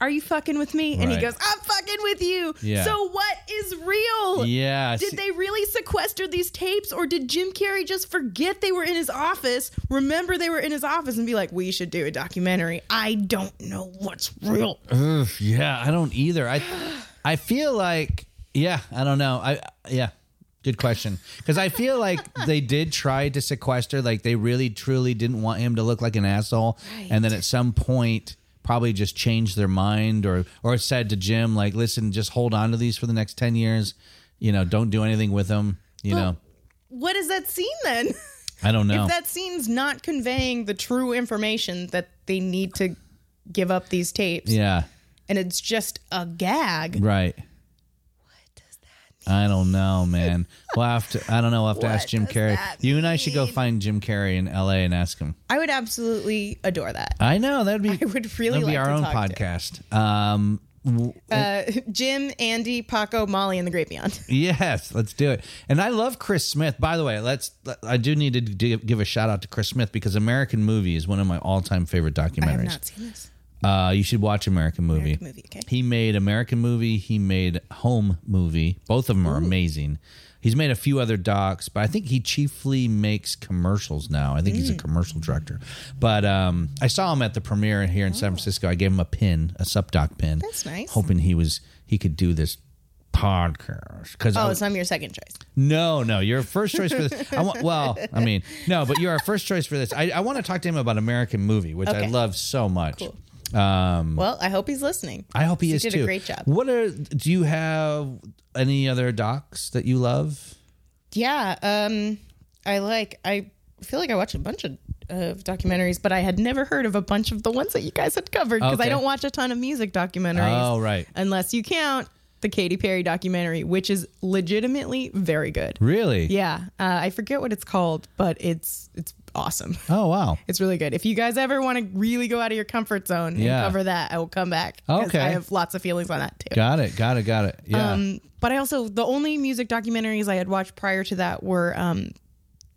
Are you fucking with me? And he Right. goes, I'm fucking with you. Yeah. So what is real? Yeah, I Did see- they really sequester these tapes or did Jim Carrey just forget they were in his office, remember they were in his office and be like, We should do a documentary? I don't know what's real. Ugh, yeah, I don't either. I I feel like yeah, I don't know. I yeah, good question. Because I feel like they did try to sequester, like they really truly didn't want him to look like an asshole, and then at some point probably just changed their mind or or said to Jim like, listen, just hold on to these for the next ten years. You know, don't do anything with them. You know, What is that scene then? I don't know. If that scene's not conveying the true information that they need to give up these tapes, yeah, and it's just a gag. right. What does that mean? I don't know, man. We'll have to. I don't know. We'll have to ask Jim Carrey. You and I should go find Jim Carrey in L.A. and ask him. I would absolutely adore that. I know that'd be. I would really that'd like be our to own talk podcast. Um, w- to- uh, Jim, Andy, Paco, Molly, and the Great Beyond. yes, let's do it. And I love Chris Smith. By the way, let's. I do need to d- give a shout out to Chris Smith because American Movie is one of my all-time favorite documentaries. I have not seen this. Uh, you should watch American Movie. American Movie, okay. He made American Movie. He made Home Movie. Both of them are amazing. He's made a few other docs, but I think he chiefly makes commercials now. I think Mm. he's a commercial director. But um, I saw him at the premiere here in San Francisco. I gave him a pin, a subdoc pin. Oh. That's nice. Hoping he was he could do this podcast because Oh, so I'm your second choice. no, no, you're first choice for this. I want, well, I mean, no, but you're our first choice for this. I, I want to talk to him about American Movie, which I Okay. love so much. Um, Well, I hope he's listening. I hope he is did too. a great job. What are do you have any other docs that you love? Yeah, um, I like. I feel like I watch a bunch of. Of documentaries, but I had never heard of a bunch of the ones that you guys had covered because Okay. I don't watch a ton of music documentaries. Oh, right. Unless you count the Katy Perry documentary, which is legitimately very good. Really? Yeah, uh, I forget what it's called, but it's it's awesome. Oh wow. It's really good. If you guys ever want to really go out of your comfort zone Yeah. and cover that, I will come back. 'cause Okay. I have lots of feelings on that too. Got it. Got it. Got it. Yeah. Um, but I also the only music documentaries I had watched prior to that were um,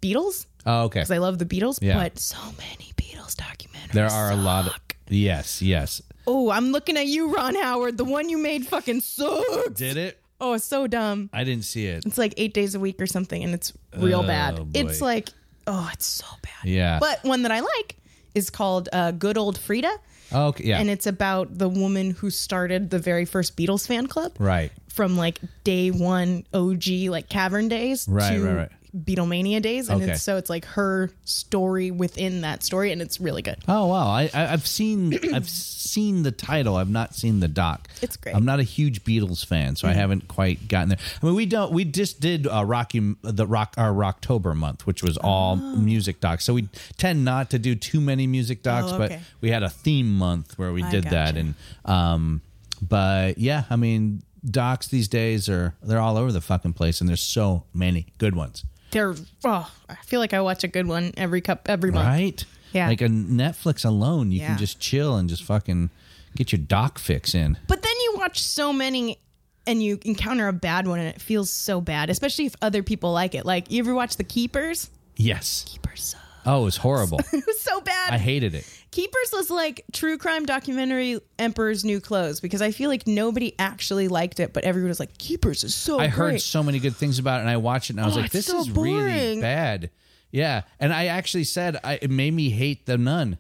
Beatles oh, okay. because I love the Beatles. Yeah. But so many Beatles documentaries. There are a lot of yes, yes. Oh, I'm looking at you, Ron Howard. The one you made fucking sucks. Did it? Oh, it's so dumb. I didn't see it. It's like eight days a week or something, and it's real Oh, bad. boy. It's like, oh, it's so bad. Yeah. But one that I like is called uh, Good Old Frida. Oh, okay. Yeah. And it's about the woman who started the very first Beatles fan club right. from like day one OG, like cavern days Right, to right, right. Beatlemania days. And Okay. it's, so it's like her story within that story, and it's really good. Oh wow. I, I I've seen I've seen the title. I've not seen the doc. It's great. Mm-hmm. I'm not a huge Beatles fan, so I haven't quite gotten there. I mean, we don't. We just did uh, Rocky the Rock our Rocktober month, which was all music docs. So we tend not to do too many music docs, Oh. Oh, but okay. we had a theme month where we I did that. gotcha. And um, but yeah, I mean, docs these days are they're all over the fucking place, and there's so many good ones, They're, oh, I feel like I watch a good one every cup, every month. right? Yeah. Like a Netflix alone, you Yeah. can just chill and just fucking get your doc fix in. But then you watch so many and you encounter a bad one and it feels so bad, especially if other people like it. Like, you ever watch The Keepers? Yes. Keepers. Oh, it was horrible. It was so bad. I hated it. Keepers was like true crime documentary Emperor's New Clothes because I feel like nobody actually liked it, but everyone was like, Keepers is so I heard Oh, great." so many good things about it, and I watched it, and I was Oh, like, it's "This so is really boring. bad." Yeah, and I actually said I, it made me hate the nun.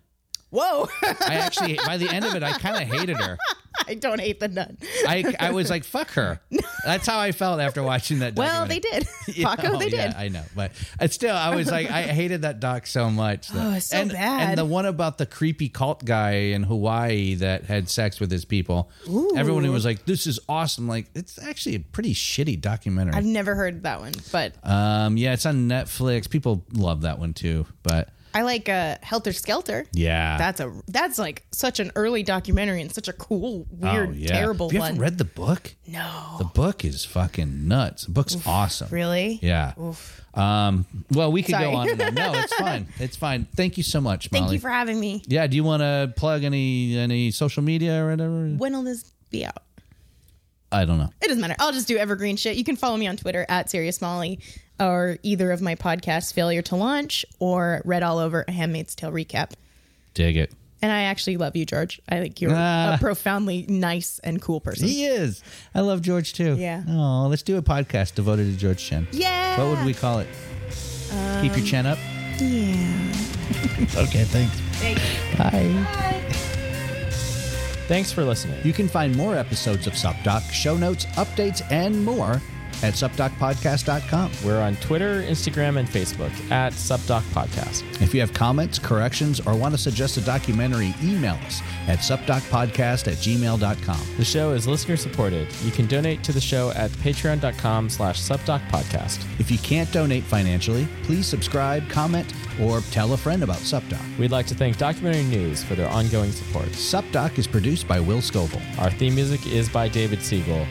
Whoa. I actually, by the end of it, I kind of hated her. I don't hate the nun. I, I was like, "Fuck her." That's how I felt after watching that. Well, they documentary. did. Yeah, Paco, oh, they yeah, did. I know, but it's still, I was like, I hated that doc so much. Oh, it's so and, bad. And the one about the creepy cult guy in Hawaii that had sex with his people. Everyone who was like, "This is awesome!" Like, it's actually a pretty shitty documentary. I've never heard that one, but um, yeah, it's on Netflix. People love that one too. But I like uh, Helter Skelter. yeah, That's a that's like such an early documentary and such a cool, Oh, weird, yeah. terrible Have you one. haven't read the book? no, The book is fucking nuts. The book's awesome. really. Yeah. Um, well, we could go Sorry. on and on. No, it's fine. It's fine. Thank you so much, Molly. Thank you for having me. Yeah, do you want to plug any any social media or whatever? When will this be out? I don't know. It doesn't matter. I'll just do evergreen shit. You can follow me on Twitter at Serious Molly or either of my podcasts, Failure to Launch or Read All Over, A Handmaid's Tale Recap. Dig it. And I actually love you, George. I think you're Ah. a profoundly nice and cool person. He is. I love George too. Yeah. Oh, let's do a podcast devoted to George Chen. Yeah. What would we call it? Keep your Um, chin up. Yeah. okay, thanks. Bye. Thanks for listening. You can find more episodes of SupDoc, show notes, updates, and more at supdocpodcast.com. We're on Twitter, Instagram, and Facebook at SubDoc Podcast. If you have comments, corrections, or want to suggest a documentary, email us at supdocpodcast at gmail.com. The show is listener supported. You can donate to the show at patreon.com slash subdoc podcast. If you can't donate financially, please subscribe, comment, or tell a friend about SupDoc. We'd like to thank Documentary News for their ongoing support. SupDoc is produced by Will Scoble. Our theme music is by David Siegel.